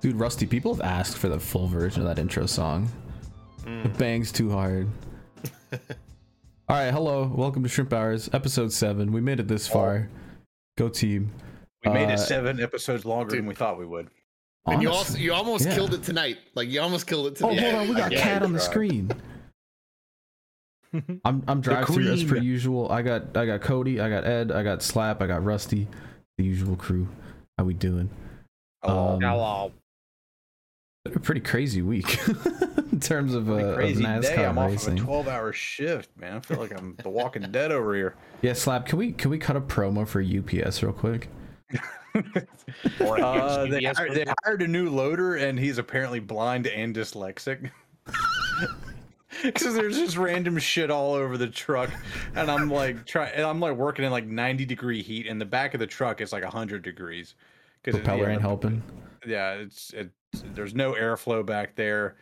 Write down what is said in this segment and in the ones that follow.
Dude, Rusty, people have asked for the full version of that intro song. Hmm. It bangs too hard. All right, hello. Welcome to Shrimp Hours, episode 7. We made it Oh. this far. Go team. We made Uh, it seven episodes longer than we thought we would. And you also Honestly- you almost yeah. killed it tonight. Like you almost killed it Oh, tonight. hold on. We got Yeah, cat on the right. screen. I'm I'm drive through as per queen. usual. I got I got Cody, I got Ed, I got Slap, I got Rusty, the usual crew. How we doing? Oh, Um, Been a pretty crazy week in terms of, uh, pretty of crazy NASCAR day. I'm racing. off of a 12 hour shift, man. I feel like I'm the Walking Dead over here. yeah, Slap. Can we can we cut a promo for UPS real quick? Uh, they, hired, they hired a new loader, and he's apparently blind and dyslexic. Because there's just random shit all over the truck, and I'm like trying, and I'm like working in like 90 degree heat, and the back of the truck is like 100 degrees. Because Propeller ain't helping. yeah, it's it. There's no airflow back there.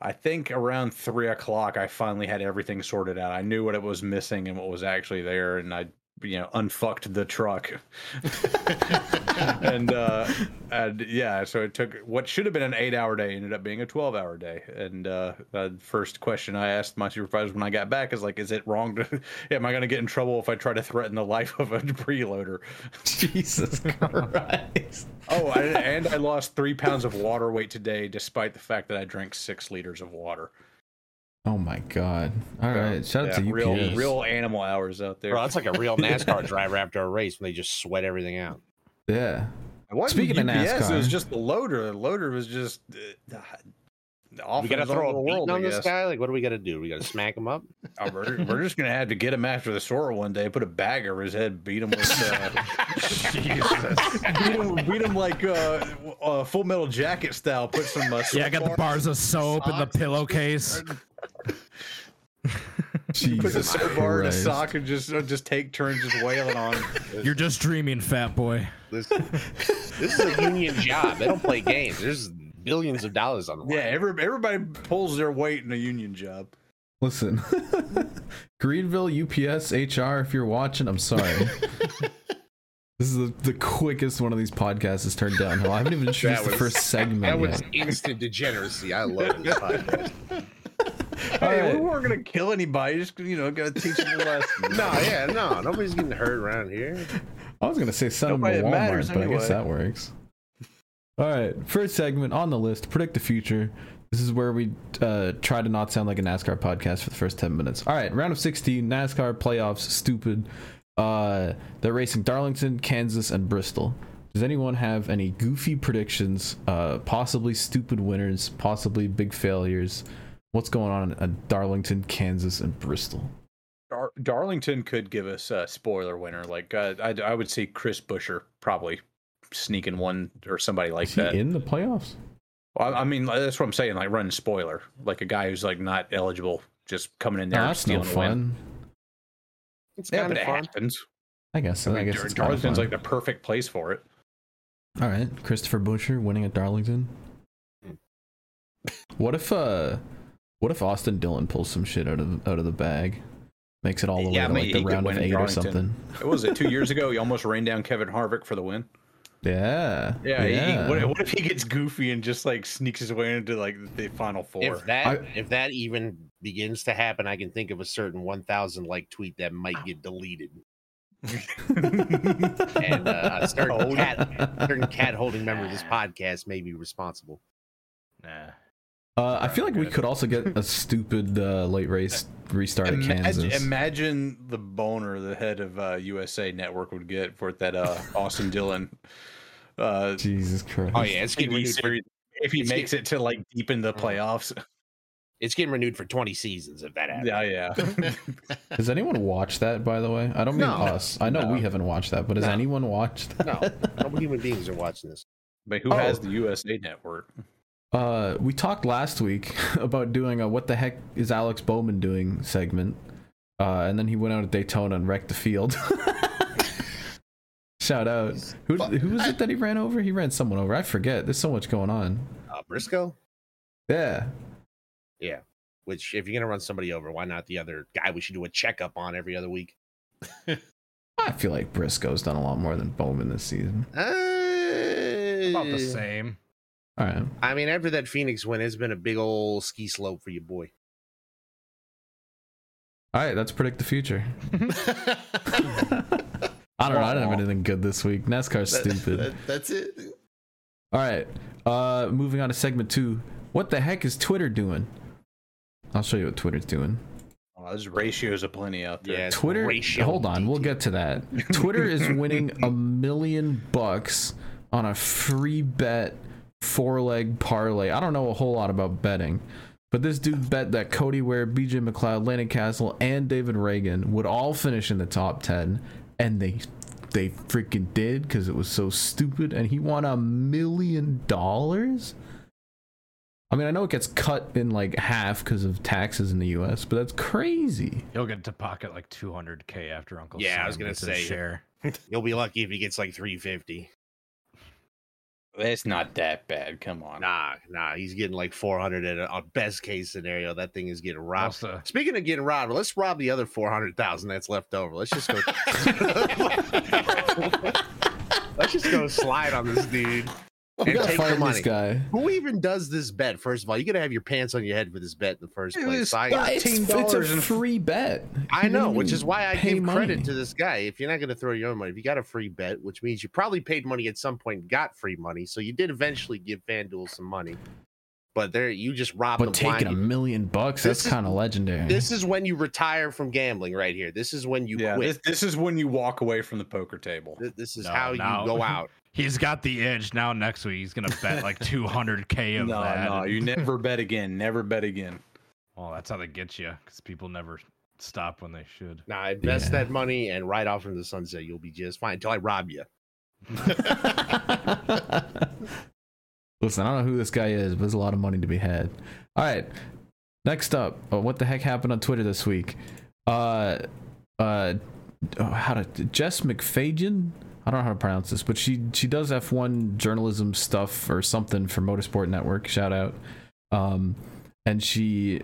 I think around three o'clock, I finally had everything sorted out. I knew what it was missing and what was actually there, and I, you know, unfucked the truck. and uh, and yeah, so it took what should have been an eight-hour day ended up being a twelve-hour day. And uh, the first question I asked my supervisors when I got back is like, "Is it wrong to? Am I going to get in trouble if I try to threaten the life of a preloader?" Jesus Christ. Oh, I, and I lost three pounds of water weight today, despite the fact that I drank six liters of water. Oh my god. All right. Shout out Yeah, to UPS. real, real animal hours out there. Bro, that's like a real NASCAR driver after a race when they just sweat everything out. Yeah. It wasn't Speaking of it was NASCAR. just the loader. The loader was just uh, off. we got to his own throw little a beating world, I on this guess. guy. Like, what do we got to do? We got to smack him up. Uh, we're, we're just gonna have to get him after the Sora one day. Put a bag over his head, beat him with. Uh, beat him, beat him like uh, uh, Full Metal Jacket style. Put some. Uh, Yeah, I got the bars of soap and the pillowcase. Put the Jesus soap bar in a Christ. sock and just uh, just take turns just wailing on. him. You're just dreaming, fat boy. This, this is a union job. They don't play games. There's billions of dollars on the line. Yeah, every, everybody pulls their weight in a union job. Listen, Greenville UPS HR, if you're watching, I'm sorry. this is the, the quickest one of these podcasts has turned downhill. I haven't even introduced the was- first segment That yet. was instant degeneracy. I love this podcast. Hey, right. we weren't gonna kill anybody. Just you know, gotta teach them a lesson. No, yeah, no. Nobody's getting hurt around here. I was gonna say send them to Nobody Walmart, that matters but I guess anyway. that works. All right, first segment on the list: predict the future. This is where we uh, try to not sound like a NASCAR podcast for the first ten minutes. All right, round of sixteen, NASCAR playoffs. Stupid. Uh, they're racing Darlington, Kansas, and Bristol. Does anyone have any goofy predictions? Uh, possibly stupid winners, possibly big failures. What's going on at Darlington, Kansas, and Bristol? Dar- Darlington could give us a spoiler winner. Like uh, I, I would say Chris Busher probably sneaking one or somebody like Is he that. in the playoffs? Well, I I mean, like, that's what I'm saying. Like running spoiler, like a guy who's like not eligible, just coming in there No, and that's no stealing a win. fun. It's Yeah, kind but it of fun. happens. I guess. I I, mean, guess Dar- it's kinda fun. Darlington's like the perfect place for it. All right, Christopher Busher winning at Darlington. What if uh, what if Austin Dillon pulls some shit out of out of the bag, makes it all the Yeah, I way mean, to he like could the round win of at eight or Darlington. something? What was it two years ago? He almost rained down Kevin Harvick for the win. Yeah, Yeah. he- what, what if he gets goofy and just like sneaks his way into like the final four? If that I- if that even begins to happen, I can think of a certain one thousand like tweet that might get deleted. and uh, a certain cat, certain cat holding member of this podcast may be responsible. Nah. Uh, I feel like we could also get a stupid uh, late race restart at imagine, Kansas. imagine the boner the head of uh, USA Network would get for that uh, Austin Dillon uh, Jesus Christ! Oh yeah, it's getting TV renewed. For, series if he It's makes it to like deep in the playoffs. it's getting renewed for twenty seasons if that happens. Yeah, yeah. Does anyone watch that? By the way, I don't mean No. us. I know we haven't watched that, but has No. anyone watched that? No, no human beings are watching this. but who Oh. has the USA Network? Uh, we talked last week about doing a "What the heck is Alex Bowman doing?" segment, uh, and then he went out at Daytona and wrecked the field. Shout out! Who who was it that he ran over? He ran someone over. I forget. There's so much going on. Uh, Briscoe, Yeah, yeah. Which, if you're gonna run somebody over, why not the other guy? We should do a checkup on every other week. I feel like Briscoe's done a lot more than Bowman this season. Uh, About the same. All right. I mean, after that Phoenix win, it's been a big old ski slope for your boy. All right. Let's predict the future. I don't know. I didn't have anything good this week. NASCAR's That- stupid. that- that's it. All right. Uh, moving on to segment two. What the heck is Twitter doing? I'll show you what Twitter's doing. Oh, there's ratios aplenty out there. Yeah, it's Twitter. ratio Hold on, we'll DT. get to that. Twitter is winning a million bucks on a free bet four leg parlay. I don't know a whole lot about betting, but this dude bet that Cody Ware, BJ McLeod, Landon Castle, and David Reagan would all finish in the top ten, and they they freaking did because it was so stupid. And he won a million dollars. I mean, I know it gets cut in like half because of taxes in the U.S., but that's crazy. He'll get to pocket like 200k after Uncle. Yeah, I Sam was gonna gets his say. share. You'll be lucky if he gets like 350. It's not that bad. Come on. Nah, nah, he's getting like 400 at a, a best case scenario. That thing is getting robbed. Also, Speaking of getting robbed, let's rob the other 400,000 that's left over. Let's just go. let's just go slide on this dude. We And gotta take the find this money. guy. Who even does this bet? First of all, you gotta have your pants on your head for this bet in the first It place. was I- thir- It's, it's a $13 and- free bet. I You know, didn't which even is why I pay give money. credit to this guy. If you're not going to throw your own money, if you got a free bet, which means you probably paid money at some point, and got free money, so you did eventually give FanDuel some money. But there, you just robbed But the blind. taking a million bucks, This that's is- kind of legendary. This is when you retire from gambling, right here. This is when you yeah, quit. this, this is when you walk away from the poker table. Th- This, is No, how no. you go out. he's got the edge now. Next week, he's gonna bet like 200k No, of that. no, you never bet again. Never bet again. Well, that's how they get you because people never stop when they should. Now invest Yeah. that money and ride off into the sunset. You'll be just fine until I rob you. Listen, I don't know who this guy is, but there's a lot of money to be had. All right. Next up, uh, what the heck happened on Twitter this week? Uh, uh, oh, how to Jess McFagan? I don't know how to pronounce this, but she she does F1 journalism stuff or something for Motorsport Network. Shout out. Um, and she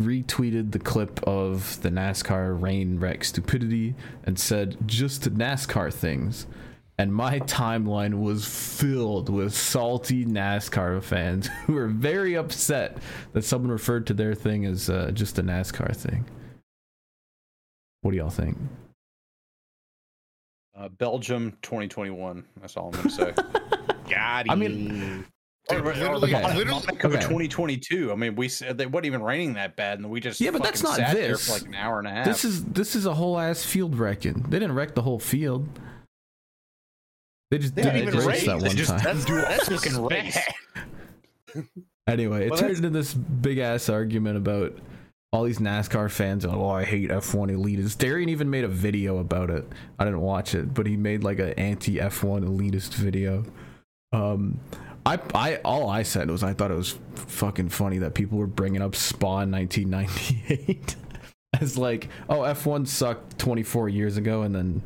retweeted the clip of the NASCAR rain wreck stupidity and said just NASCAR things and my timeline was filled with salty NASCAR fans who were very upset that someone referred to their thing as uh, just a NASCAR thing. What do y'all think? Uh, Belgium 2021. That's all I'm going to say. God, I mean- Or- or- or literally, okay. literally, Monaco Okay. 2022. I mean, we said they wasn't even raining that bad, and we just Yeah, but that's fucking not sat there this. for like an hour and a half. This is this is a whole ass field wrecking. They didn't wreck the whole field. They just They did didn't it race even race. that They one just- time. that's, that's just fucking race. bad. Anyway, it Well, turned that's- into this big ass argument about all these NASCAR fans. Oh, I hate F1 elitists. Darian even made a video about it. I didn't watch it, but he made like an anti F1 elitist video. Um, I, I, all I said was I thought it was fucking funny that people were bringing up Spawn 1998 as like, oh, F1 sucked 24 years ago, and then,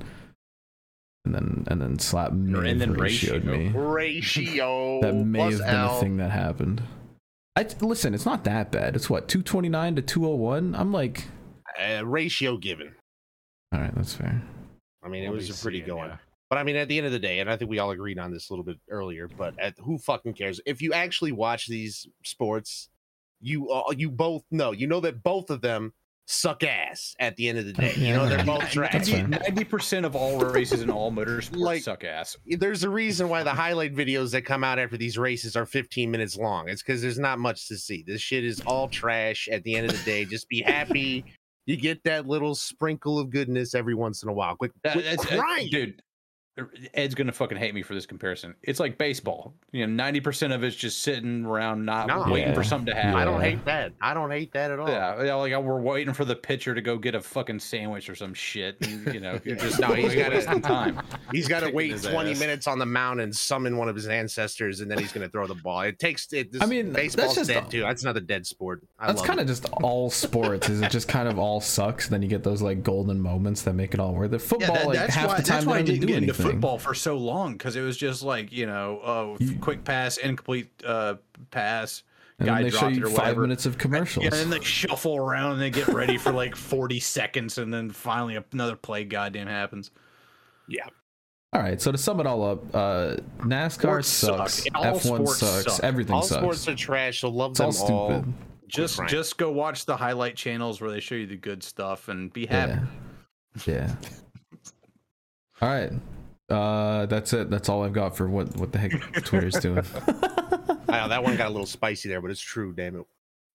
and then, and then slap me and then for ratioed ratio. me ratio that may plus have been L. a thing that happened. I listen, it's not that bad. It's what 229 to 201. I'm like, Uh, ratio given. all right, that's fair. I mean, it We'll was be a pretty seeing, going. yeah. But I mean, at the end of the day, and I think we all agreed on this a little bit earlier. But at, who fucking cares? If you actually watch these sports, you all you both know. You know that both of them suck ass. At the end of the day, you know they're both trash. That's fair. Ninety percent of all races in all motorsports Like- suck ass. There's a reason why the highlight videos that come out after these races are 15 minutes long. It's because there's not much to see. This shit is all trash. At the end of the day, just be happy. You get that little sprinkle of goodness every once in a while. Quit, That- quit that's- uh, crying. dude. er, Ed's gonna fucking hate me for this comparison. It's like baseball. You know, ninety percent of it's just sitting around, not No. waiting for Yeah. something to I happen. don't Yeah. hate that. I don't hate that at all. Yeah, yeah, like we're waiting for the pitcher to go get a fucking sandwich or some shit. And, you know, you're just No, not he's gotta- wasting time. He's got to Kicking wait his 20 ass. minutes on the mound and summon one of his ancestors, and then he's going to throw the ball. It takes. It, this, I mean, that's baseball's just dead a- too. That's another dead sport. I That's love kind it. of just all sports. Is it just kind of all sucks? Then you get those like golden moments that make it all worth it. Football, like half the time, they don't even do anything. football for so long because it was just like you know, oh, You- quick pass, incomplete uh, pass. And then guy they show dropped it you or five whatever. minutes of commercials. Yeah, and then they shuffle around and they get ready for like 40 seconds, and then finally another play goddamn happens. All All right, so to sum it all up, uh, NASCAR Sports sucks, suck. All F1 sports sucks, suck. everything all sucks. sports are trash, so love it's them all stupid. all. Just Frank. just go watch the highlight channels where they show you the good stuff and be happy. Yeah. Yeah. all right. Uh, that's it. That's all I've got for what what the heck Twitter's doing. I know that one got a little spicy there, but it's true. Damn it.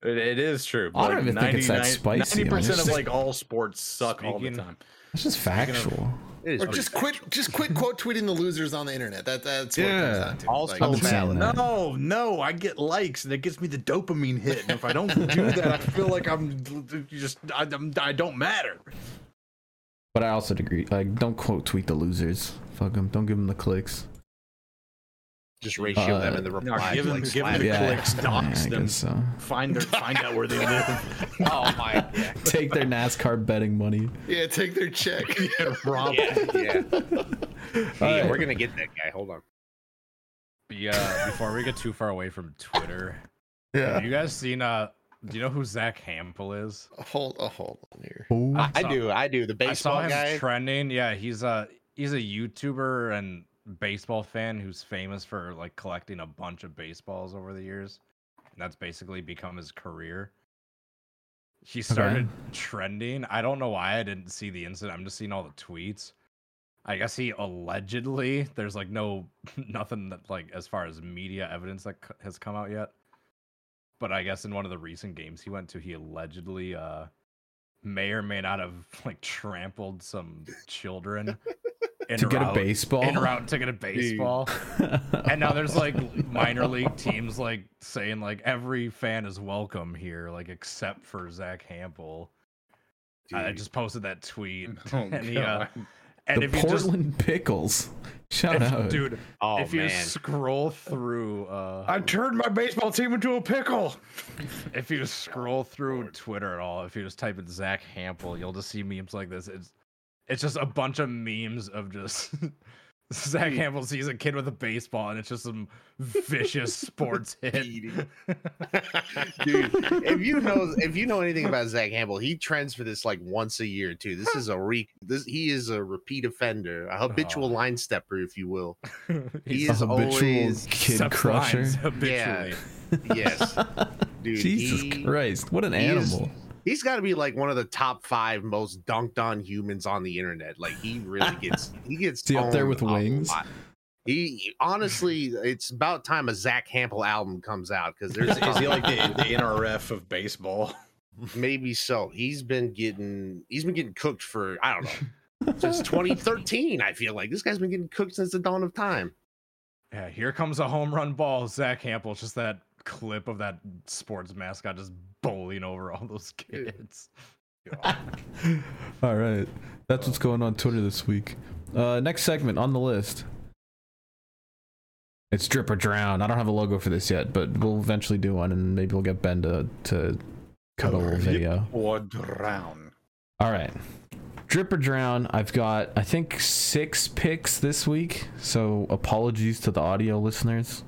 It, it is true. I don't even think it's that 99 spicy, 90% of honestly. like all sports suck all the Speaking- time. That's just Speaking of- factual. It is Or pretty just quit, just quit quote tweeting the losers on the internet. That that's what it comes Yeah. down to. All I've sports- been saying valid. that. No, no, I get likes and it gets me the dopamine hit. And if I don't do that, I feel like I'm just I, I'm, I don't matter. But I also agree. Like, don't quote tweet the losers. Fuck them. Don't give them the clicks. just ratio them Uh, in the No, replies. give them- like, give them slap. the clicks, dox I them. guess so. Find their find out where they live. Oh my. Yeah. Take their NASCAR betting money. Yeah, take their check. Rob, Yeah. yeah. Yeah, right. We're gonna get that guy. Hold on. Yeah, before we get too far away from Twitter, have you guys seen uh do you know who Zach Hampel is? hold, oh, hold on here. Ooh. I I saw- do. I do. The I baseball saw him guy. trending. Yeah, he's a he's a YouTuber and baseball fan who's famous for like collecting a bunch of baseballs over the years. And that's basically become his career. He started trending. I don't know why I didn't see the incident. I'm just seeing all the tweets. I guess he allegedly there's like no nothing that like as far as media evidence that c- has come out yet. But I guess in one of the recent games he went to, he allegedly uh may or may not have like trampled some children in to get a route- baseball. in route to get a baseball. And now there's like minor league teams like saying like every fan is welcome here, like except for Zach Hampel. I Dude. just posted that tweet, Oh, and he, uh, God. and the if you just Portland Pickles. Shout if- out, dude, Oh if you man. scroll through, uh, I turned my baseball team into a pickle. if you scroll through Twitter at all, if you just type in Zach Hampel, you'll just see memes like this. It's it's just a bunch of memes of just Zach Hampel sees a kid with a baseball, and it's just some vicious sports hit. Beating. Dude, if you know if you know anything about Zach Campbell, he trends for this like once a year too. This is a re this he is a repeat offender, a habitual Oh. line stepper, if you will. He He's a is habitual always kid sub crusher. lines habitually. Yeah. yes. Dude, Jesus he- Christ, what an he is- animal! He's got to be like one of the top five most dunked on humans on the internet. Like he really gets he gets Is he up there owned with a wings? lot. He honestly, it's about time a Zach Campbell album comes out because Is, there's is he like the, the NRF of baseball? maybe so. He's been getting he's been getting cooked for I don't know since 2013. I feel like this guy's been getting cooked since the dawn of time. Yeah, here comes a home run ball. Zach Hampel, just that clip of that sports mascot just bowling over all those kids. All right, that's what's going on Twitter this week. Uh, next segment on the list. It's drip or drown. I don't have a logo for this yet, but we'll eventually do one, and maybe we'll get Ben to to cut a little video. Or drown. All right. Drip or drown. I've got I think six picks this week, so apologies to the audio listeners.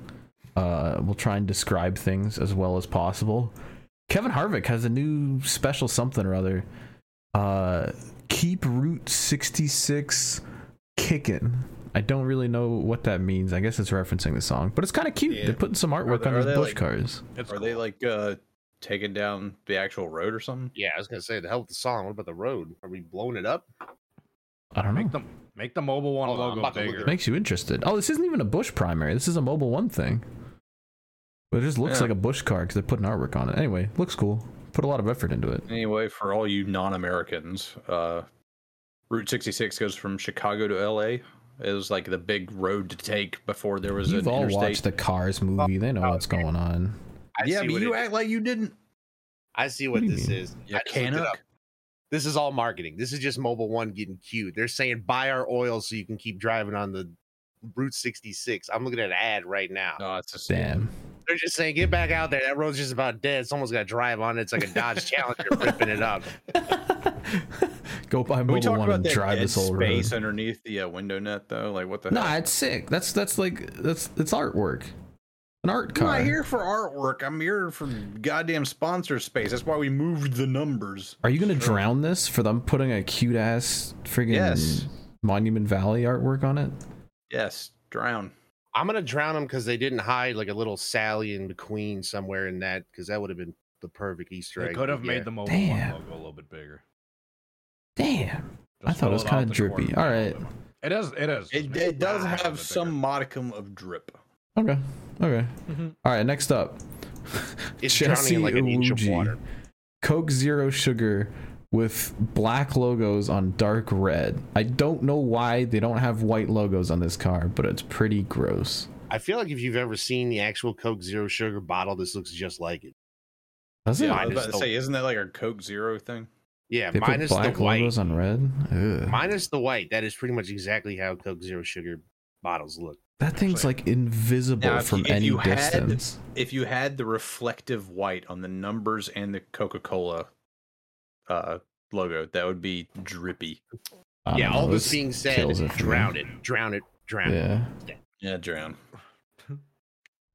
Uh, we'll try and describe things as well as possible. Kevin Harvick has a new special something or other. Uh, keep Route 66 kicking. I don't really know what that means. I guess it's referencing the song, but it's kind of cute. Yeah. They're putting some artwork they- on are these they, bush like- cars. It's Are they cool. like uh taking down the actual road or something? Yeah, I was gonna say the hell with the song. What about the road? Are we blowing it up? I don't know. make them make the mobile one Hold on, I'm logo about to look bigger? it makes you interested. Oh, this isn't even a Bush primary. This is a Mobile One thing. But it just looks Yeah. like a Bush car because they're putting artwork on it. Anyway, looks cool. Put a lot of effort into it. Anyway, for all you non-Americans, uh, Route 66 goes from Chicago to LA. It was like the big road to take before there was You've an all interstate. watched the Cars movie. They know what's going on. I yeah, see but what you it- act like you didn't. I see What what do you this mean? is. You I just looked it Canuck. up. This is all marketing. This is just Mobile One getting cute. They're saying buy our oil so you can keep driving on the Route 66. I'm looking at an ad right now. No, it's just Damn. They're just saying get back out there. That road's just about dead. Someone's got to drive on it. It's like a Dodge Challenger ripping it up. Go buy Can we Mobile talk One about and that drive dead this whole space road. underneath the uh, window net though? Like what the? Nah, heck? it's sick. That's that's like that's it's artwork. An art I'm car. not here for artwork. I'm here for goddamn sponsor space. That's why we moved the numbers. Are you gonna drown this for them putting a cute ass friggin' Yes. Monument Valley artwork on it? Yes, drown. I'm gonna drown them because they didn't hide like a little Sally and McQueen somewhere in that because that would have been the perfect Easter egg. They could have but yeah. made the mobile one Damn. logo a little bit bigger. Damn. I Just thought it was roll kinda out the jerky. corner All a right. little bit. It does. It is. just It, make it does round a have bit some modicum of drip. Okay. Okay. Mhm. All right. Next up, It's Mm-hmm. drowning in like an inch of Ouija. water. Coke Zero Sugar with black logos on dark red. I don't know why they don't have white logos on this car, but it's pretty gross. I feel like if you've ever seen the actual Coke Zero Sugar bottle, this looks just like it. Does it? Yeah, I Mine was is about to the- say, isn't that like a Coke Zero thing? Yeah, They put minus the black white. logos on red. Ugh. Minus the white. That is pretty much exactly how Coke Zero Sugar bottles look. that thing's like invisible Now, if from you- if any you had- distance. If you had the reflective white on the numbers and the Coca Cola uh, logo, that would be drippy. I don't yeah, know, all this this being said, kills it for me. drown it, drown it, drown it. Yeah. Yeah, drown. All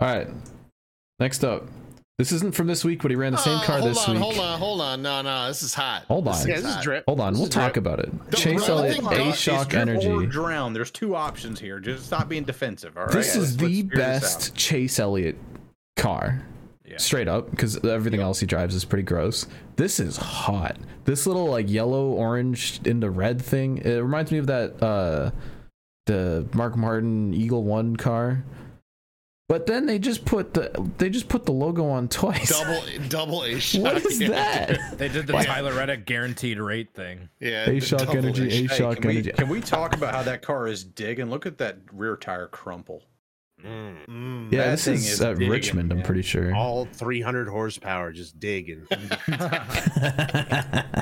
right. Next up, this isn't from this week, but he ran the same Uh, car hold this on, week. Oh. Hold on, hold on. No, no, this is hot. Hold on. It's Yeah, this is hot. drip. Hold on, This we'll is talk drip. about it. The Chase red Elliott, thing Hold on, A does- Shock is drip Or Energy. drown. There's two options here. Just stop being defensive. All right. This Let's- is the let's figure this out. best Chase Elliott car. Yeah. Straight up, because everything else he drives is pretty gross. This is hot. This little like yellow, orange into red thing. It reminds me of that uh the Mark Martin Eagle One car. But then they just put the they just put the logo on twice. Double, double A shock. what is yeah. that? bigger. They did the Tyler Reddick guaranteed rate thing. Yeah, A shock double energy, A A shock. Hey, shock can, we, energy. can we talk about how that car is digging? Look at that rear tire crumple. Mm. Yeah, That this thing is, is uh, digging, Richmond. I'm man. pretty sure. All 300 horsepower just digging. I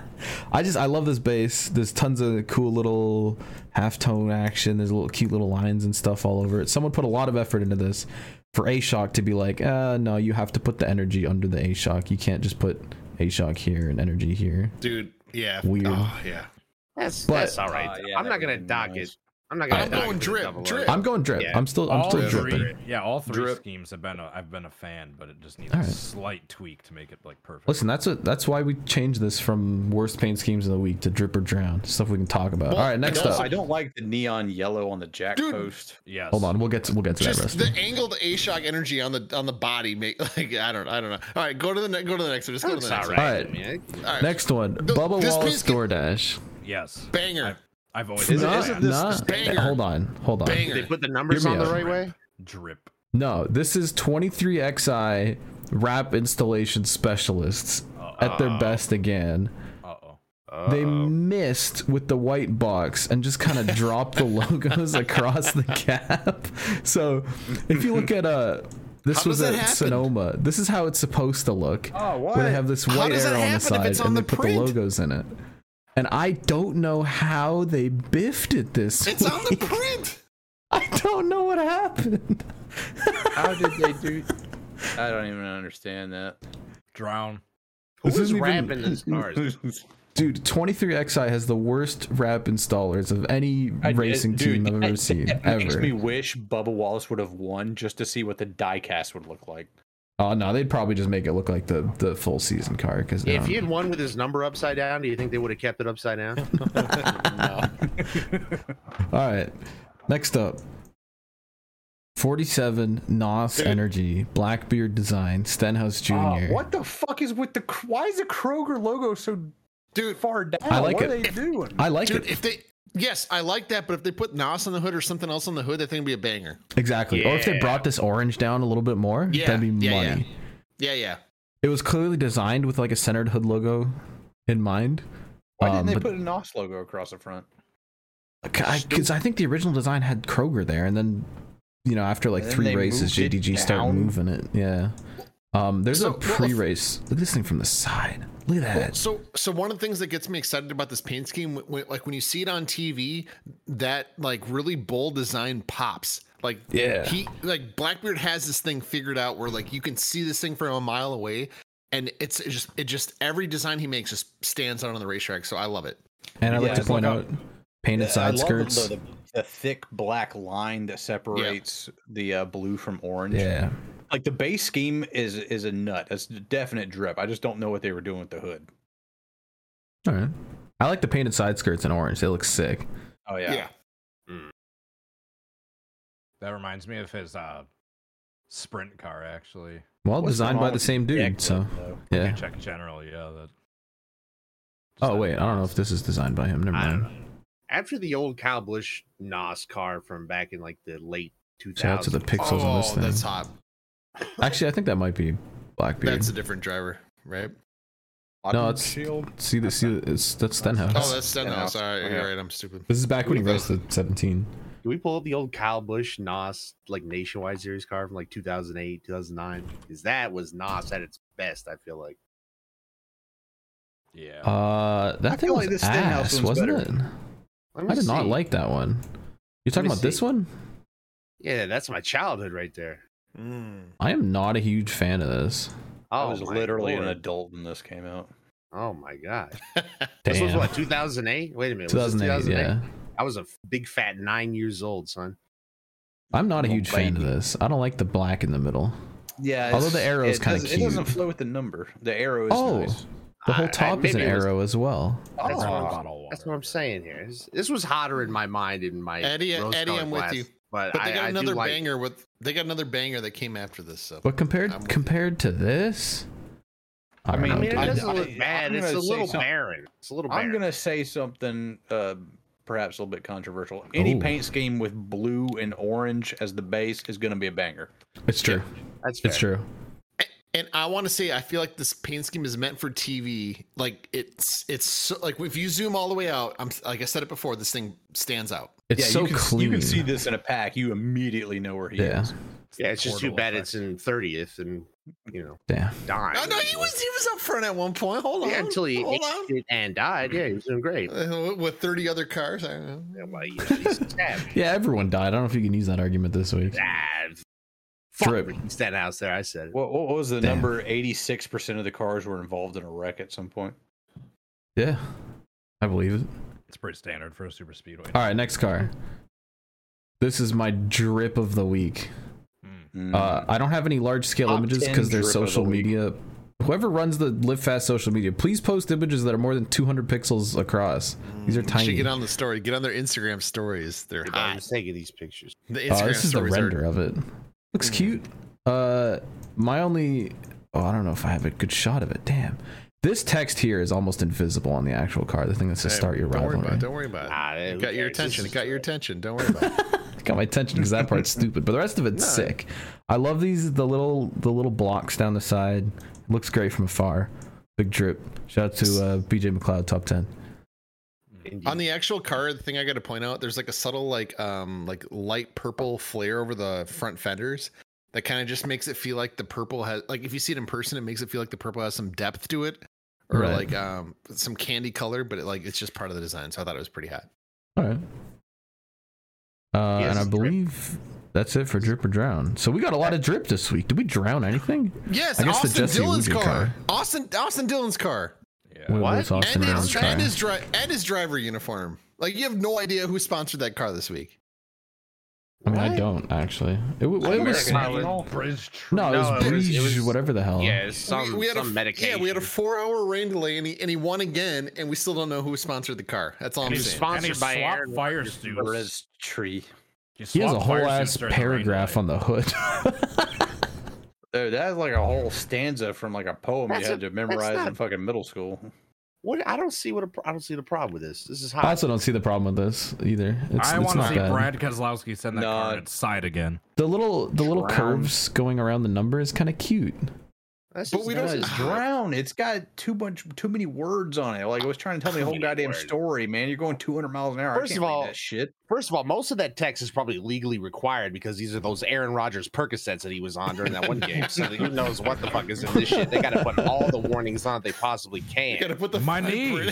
just I love this bass. There's tons of cool little halftone action. There's little cute little lines and stuff all over it. Someone put a lot of effort into this for A Shock to be like, uh, no, you have to put the energy under the A Shock. You can't just put A Shock here and energy here. dude. Yeah, Weird. Oh, yeah, That's But- that's all right. Uh, yeah, I'm that not gonna would be dock nice. it. I'm not gonna. I'm dock going it drip, double drip. R. I'm going drip. Yeah. I'm still I'm all still three, dripping. yeah, all three Drip. schemes have been. A, I've been a fan, but it just needs All a right. slight tweak to make it like perfect. Listen, that's what that's why we changed this from worst paint schemes of the week to drip or drown. Stuff we can talk about. Well, all right, next and up. also- I don't like the neon yellow on the jack Dude. post. yes. Hold on, we'll get to we'll get to that just rest. the angled A shock energy on the on the body. Make like I don't, I don't know. All right, go to the ne- go to the next one. Just That go to looks the all All next Oh, right. right. I mean, I- one. All right, Next one, Th- Bubba this Wallace piece can- DoorDash. Yes. banger. I've always Is it- been a Nah, isn't fan. this nah. just banger? Hold on, hold on. Banger. They put the numbers me on the out. right way. drip. No, this is 23XI rap installation specialists at their best again. Uh oh. They missed with the white box and just kind of dropped the logos across the cap. So if you look at uh this How was does at that happen? Sonoma. This is how it's supposed to look. Where Oh, what? they have this How white does that arrow on the happen if side it's on and they the put the print? logos in it. And I don't know how they biffed it this It's on the week. print. I don't know what happened. How did they do? I don't even understand that. Drown. This Who's isn't even- rapping these cars? Dude, 23XI has the worst rap installers of any racing team I've ever seen. It makes ever. me wish Bubba Wallace would have won just to see what the diecast would look like. Oh, no, they'd probably just make it look like the, the full season car. Cause, If um, he had won with his number upside down, do you think they would have kept it upside down? All right. Next up 47 Nos Energy, Blackbeard Design, Stenhouse Jr. Ah, what the fuck is with the? Kr- Why is the Kroger logo so Dude, far down? I like what it. are they doing? I like Dude, it. if they yes, I like that, but if they put Nos on the hood or something else on the hood, that thing would be a banger. Exactly. Or if they Yeah. brought this orange down a little bit more, Yeah, that'd be yeah, money. yeah. Yeah, yeah. It was clearly designed with like a centered hood logo in mind. Why didn't Um, they but- put a NOS logo across the front? because I, think the original design had Kroger there, and then you know after like And then three they races, moved it JDG started down. moving it. Yeah. Um, there's So, a well, if- pre-race. Look at this thing from the side. Look at that. So, so one of the things that gets me excited about this paint scheme, wh- wh- like when you see it on TV, that like really bold design pops. Like Yeah. he like Blackbeard has this thing figured out where like you can see this thing from a mile away, and it's it just it just every design he makes just stands out on the racetrack. So I love it. And I like Yeah, to it's like point a- out painted I side love the- skirts. The, the thick black line that separates the uh, blue from orange. yeah. Like the base scheme is is a nut. It's a definite drip. I just don't know what they were doing with the hood. All right. I like the painted side skirts in orange. They look sick. Oh yeah. Yeah. That reminds me of his uh, sprint car, actually. Well, What's designed by wrong the with same dude. Jack so though? Yeah. yeah. Check general, yeah. That. Oh wait, I don't know if this is designed by him. Never I don't mind. know. After the old Kyle Busch NAS car from back in like the late 2000s. Shout out to the pixels on this Oh, thing. that's hot. Actually, I think that might be Blackbeard. That's a different driver, right? No, it's- Shield. see the see the, it's that's Stenhouse. Oh, that's Stenhouse. Yeah. Sorry, Yeah. you're right. I'm stupid. this is back when he Wait, raced at 17. Can we pull up the old Kyle Busch NAS like nationwide series car from like 2008, 2009? Because that was NAS at its best, I feel like. Yeah. Uh, that I thing feel was like this ass, Stenhouse one's wasn't better. it? Let me I did not see. like that one. You're Let me talking about this see. one? Yeah, that's my childhood right there. I am not a huge fan of this. I Mm. Oh, was my literally an Lord. adult when this came out. Oh my god. This was Damn. what 2008? Wait a minute. was this 2008, yeah. I was a f- big fat 9 years old, son. I'm not a Little huge fan of baby. this. I don't like the black in the middle. Yeah. Although it's- the arrow's it kinda doesn't- It doesn't cute. flow with the number. The arrow is Oh. nice. The whole I- I- top is an maybe it was- arrow as well. Oh. That's what I'm- bottle water. That's what I'm saying here. This, this was hotter in my mind in my Mm. Eddie- rose-colored Eddie, I'm with glass, you. But, But I, they got I do another like- banger with they got another banger that came after this. So But I'm compared with compared to this, I, I don't I mean, know, mean, it dude. I- doesn't I- look bad. I'm It's gonna a say little something. barren. It's a little barren. I'm gonna say something, uh, perhaps a little bit controversial. Any Ooh. paint scheme with blue and orange as the base is gonna be a banger. it's true. That's fair. It's true. And I want to say, I feel like this paint scheme is meant for TV. Like it's it's so, like if you zoom all the way out, I'm like I said it before, this thing stands out. It's so you can, clean. You can see this in a pack. You immediately know where he Yeah. is. Yeah, it's just too Portal bad effect. it's in 30th and you know Damn. dying. No, no, he was he was up front at one point. Hold on, yeah, until he hold ate it and died. Yeah, he was doing great. on. Uh, With thirty other cars, I don't know. Yeah, well, you know, he's a savage. Yeah, everyone died. I don't know if you can use that argument this week. Ah, fuck Drip. Ricky Stenhouse there. I said it. What, what was the Damn. number? Eighty-six percent of the cars were involved in a wreck at some point. Yeah, I believe it. It's pretty standard for a super speedway. All right, next car. This is my drip of the week. Mm. Hmm. Uh, I don't have any large scale Top images 10 because they're drip of the social week. media. Whoever runs the Live Fast social media, please post images that are more than 200 pixels across. These are Mm, Should tiny. get on the story. Get on their Instagram stories. They're I'm hot. just taking these pictures. The Instagram Uh, this is the stories render are. of it. Looks Mm. cute. Uh, my only. Oh, I don't know if I have a good shot of it. Damn. This text here is almost invisible on the actual car. The thing that says Hey, "Start your don't rivalry." worry about it. Don't worry about it. Nah, eh, it who got your cares? This attention. It is- got your attention. Don't worry about it. got my attention because that part's stupid, but the rest of it's No. sick. I love these the little the little blocks down the side. Looks great from afar. Big drip. Shout out to uh, BJ McLeod, top ten. Indeed. Mm. On the actual car, the thing I got to point out, there's like a subtle, like, um, like light purple flare over the front fenders that kind of just makes it feel like the purple has, like, if you see it in person, it makes it feel like the purple has some depth to it, or Right. like, um, some candy color, but it, like, it's just part of the design. So I thought it was pretty hot. All right. Uh, Yes, and I drip. believe that's it for drip or drown. So we got a lot of drip this week. Did we drown anything? Yes, I guess the Austin Jesse Dillon's Lujan car. car. Austin Austin Dillon's car, Yeah. Wait, What? what's Austin and Brown's his, car? and his dri- and his driver uniform. Like, you have no idea who sponsored that car this week. I mean, I What? don't actually. It, wa- I it was reckon- no, it was, No, it was- it Breege, was- whatever the Oh. hell. Yeah, it's some, some f- medication. Yeah, we had a four hour rain delay and he, and he won again, and we still don't know who sponsored the car. That's all And I'm he saying. sponsored by Aaron fire Rodgers. suits. tree. He has a whole ass paragraph on the hood. Dude, that's like a whole stanza from like a poem That's you had a- to memorize that's in not- fucking middle school. What? I don't see what a pro- I don't see the problem with this. This is hot. I also don't see the problem with this either. It's, I it's want to not see bad. Brad Keselowski send that car No. on its side again. The little the little Drown. curves going around the number is kind of cute. This But is- we It don't- this does is- drown. It's got too much, too many words on it. Like it was trying to tell me the whole Too many goddamn words. story, man. You're going 200 miles an hour. I First can't of read all- that shit. First of all, most of that text is probably legally required because these are those Aaron Rodgers Percocets that he was on during that one game. So who knows what the fuck is in this shit? They got to put all the warnings on that they possibly You can. gotta put the My knee.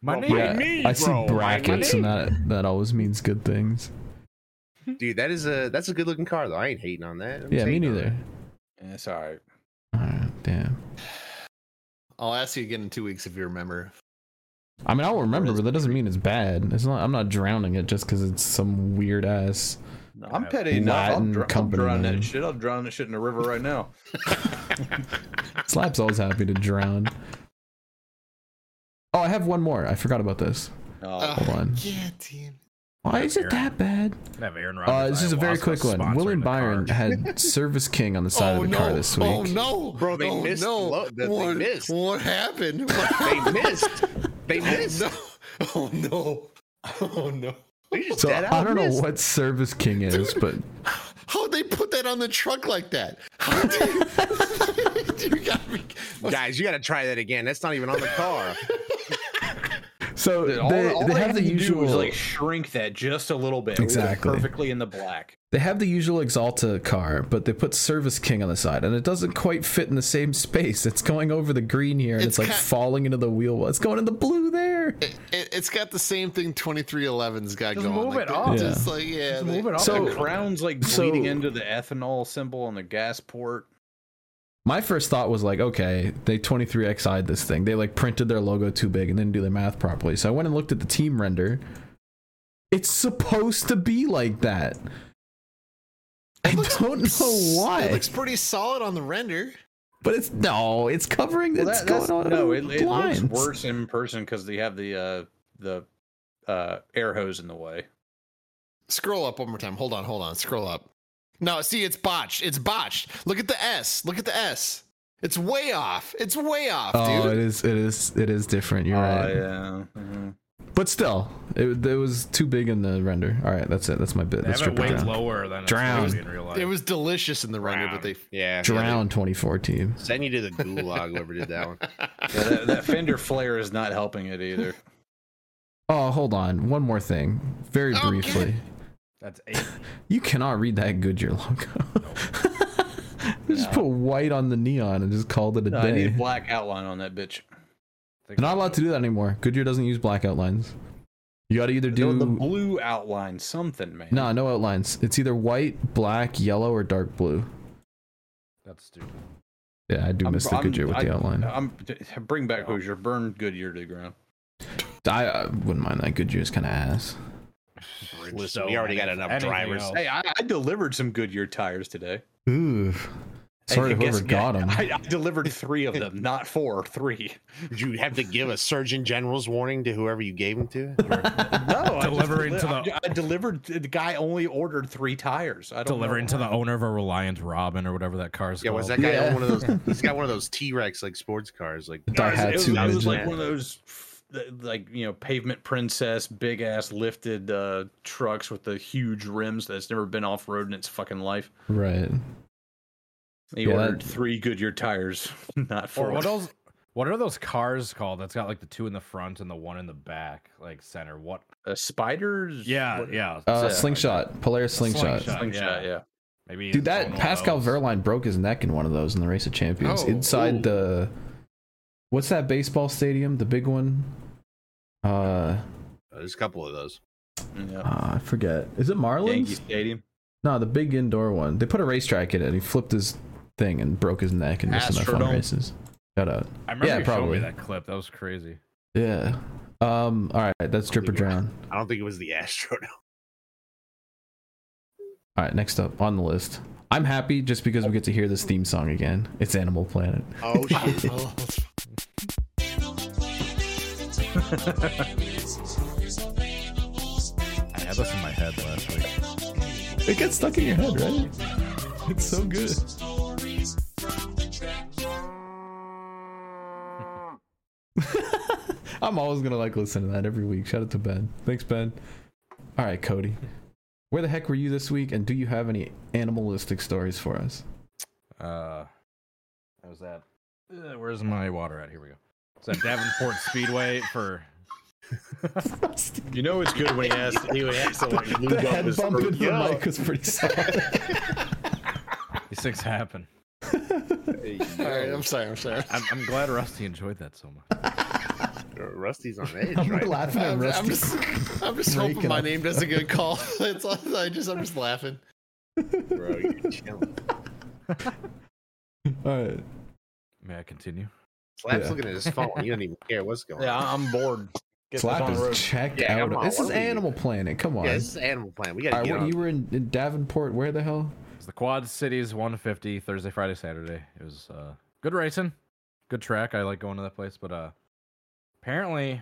My Well, knee. yeah. me, I see bro, my brackets, and knee. that that always means good things. Dude, that is a that's a good looking car though. I ain't hating on that. I'm yeah, me hating on neither. Yeah, It's all right. All right, damn. I'll ask you again in two weeks if you remember. I mean, I'll remember, but that doesn't mean it's bad. It's not. I'm not drowning it just because it's some weird ass. I'm I- petty enough. I'll, Latin dr- I'll company drown name. that shit. I'll drown that shit in the river right now. Slap's always happy to drown. Oh, I have one more. I forgot about this. No. Uh, Hold on. Yeah, team. Why is it that bad? Could have Aaron Uh, Rodgers. this is a very ayahuasca quick one. sponsoring William the car. Byron had Service King on the side of the car this week. Oh no, Bro, they oh, missed No. lo- that they what, missed. what happened? What They happened? missed. They missed. no. Oh no. Oh no. They just So dead I out don't know missed. what Service King is, but How'd they put that on the truck like that? How did you, you got me. Guys, you got to try that again. That's not even on the car. so All, they, all they have the to do usual is like shrink that just a little bit. It was Exactly. Perfectly in the black. they have the usual Exalta car, but they put Service King on the side, and it doesn't quite fit in the same space. It's going over the green here, and it's, like It's ki- falling into the wheel. well, It's going in the blue there. It, it, has got the same thing 2311's got Just going. move like, it they're up. Just like yeah. Just they- move it off. So- the crown's like so- bleeding into the ethanol symbol on the gas port. My first thought was like, okay, they 23xI'd this thing. They like printed their logo too big and didn't do their math properly. So I went and looked at the team render. It's supposed to be like that. I looks- don't know why, It looks pretty solid on the render. but it's no, it's covering. Well, it's that- going on. no, it, in it looks blinds. worse in person because they have the uh, the uh, air hose in the way. Scroll up one more time. Hold on, hold on. Scroll up. No, see, it's botched. It's botched. Look at the S. Look at the S. It's way off. It's way off, Oh, dude. Oh, it is. It is. It is different. You're Uh, right. yeah. mhm. But still, it, it was too big in the render. All right, that's it. That's my bit. They Let's have it strip it way down. lower than Drowned. it's supposed to be in real life. It was delicious in the render, but they Yeah. Drown 24 team. Send you to the gulag, whoever did that one. Yeah, that, that fender flare is not helping it either. Oh, hold on. One more thing, very Okay. briefly. That's eight. You cannot read that Goodyear logo. just put white on the neon and just called it a No, I need day. a black outline on that bitch. They're not allowed to do that anymore. Goodyear doesn't use black outlines. You got to either No, do the blue outline, something, man. no, no outlines. It's either white, black, yellow, or dark blue. That's stupid. Yeah, I do I'm- miss the I'm- Goodyear with the I- outline. I'm bring back Hoosier, burn Goodyear to the ground. I, I wouldn't mind that. Goodyear's kind of ass. Listen, we already got enough Anything drivers. else. Hey, I, I delivered some Goodyear tires today. Ooh. Sorry Hey, to whoever guess- got them. I, I delivered three of them, not four, three. Did you have to give a surgeon general's warning to whoever you gave them to? No, I just Delivering deli- to the- I, I delivered. The guy only ordered three tires. I don't Delivering know to why. the owner of a Reliant Robin or whatever that car's Yeah, called. was that guy Yeah. on one of those? He's got one of those T Rex like sports cars, like The It was, it was- Daihatsu it was like engine. one of those, f- th- like you know, pavement princess, big ass lifted uh, trucks with the huge rims that's never been off road in its fucking life. Right. He Yeah, that- ordered three Goodyear tires, not four. Or what else? What are those cars called? That's got like the two in the front and the one in the back, like center. What? Uh, spiders? Yeah, What- yeah. Uh, Yeah. slingshot. Polaris slingshot. Slingshot. Slingshot, Yeah. yeah. Maybe Dude, it's own that one of Pascal those. Verline broke his neck in one of those in the Race of Champions. Oh, Inside ooh. the what's that baseball stadium? The big one? Uh, There's a couple of those. yeah. uh I forget. Is it Marlins? Yankee Stadium. No, the big indoor one. They put a racetrack in it and he flipped his thing and broke his neck and missed enough fun Astrodome. races. Shout out. I remember Yeah, you showed probably. me that clip. That was crazy. Yeah. Um, all right, that's Dripper Drown. I don't think it was the Astro. All right, next up on the list. I'm happy just because we get to hear this theme song again. It's Animal Planet. Oh shit! Oh, I had this in my head last week. It gets stuck in your head, right? It's so good. I'm always gonna like listen to that every week. Shout out to Ben. Thanks, Ben. All right, Cody. Where the heck were you this week, and do you have any animalistic stories for us? Uh, I was at. uh, where's my water at? Here we go. It's at Davenport Speedway for. You know it's good when he has he has to like The lube up head his bump throat. into the Yeah. mic was pretty solid. These things happen. all right, I'm sorry. I'm sorry. I'm, I'm glad Rusty enjoyed that so much. uh, Rusty's on edge, I'm right? laughing at I'm, Rusty. I'm just, I'm just Breaking hoping my up. name doesn't get called. It's all, I just, I'm just laughing. Bro, you're chilling. All right. May I continue? Slap's Yeah. looking at his phone. He doesn't even care what's going Yeah, on. I'm bored. Get this Slap on the road. is checked Yeah, out. come on, this what is are we doing? Animal Planet. Come on. Yeah, this is Animal Planet. We All gotta right, get what- on. you were in, in Davenport. Where the hell? It's the Quad Cities 150 Thursday, Friday, Saturday. It was uh, good racing, good track. I like going to that place, but uh, apparently,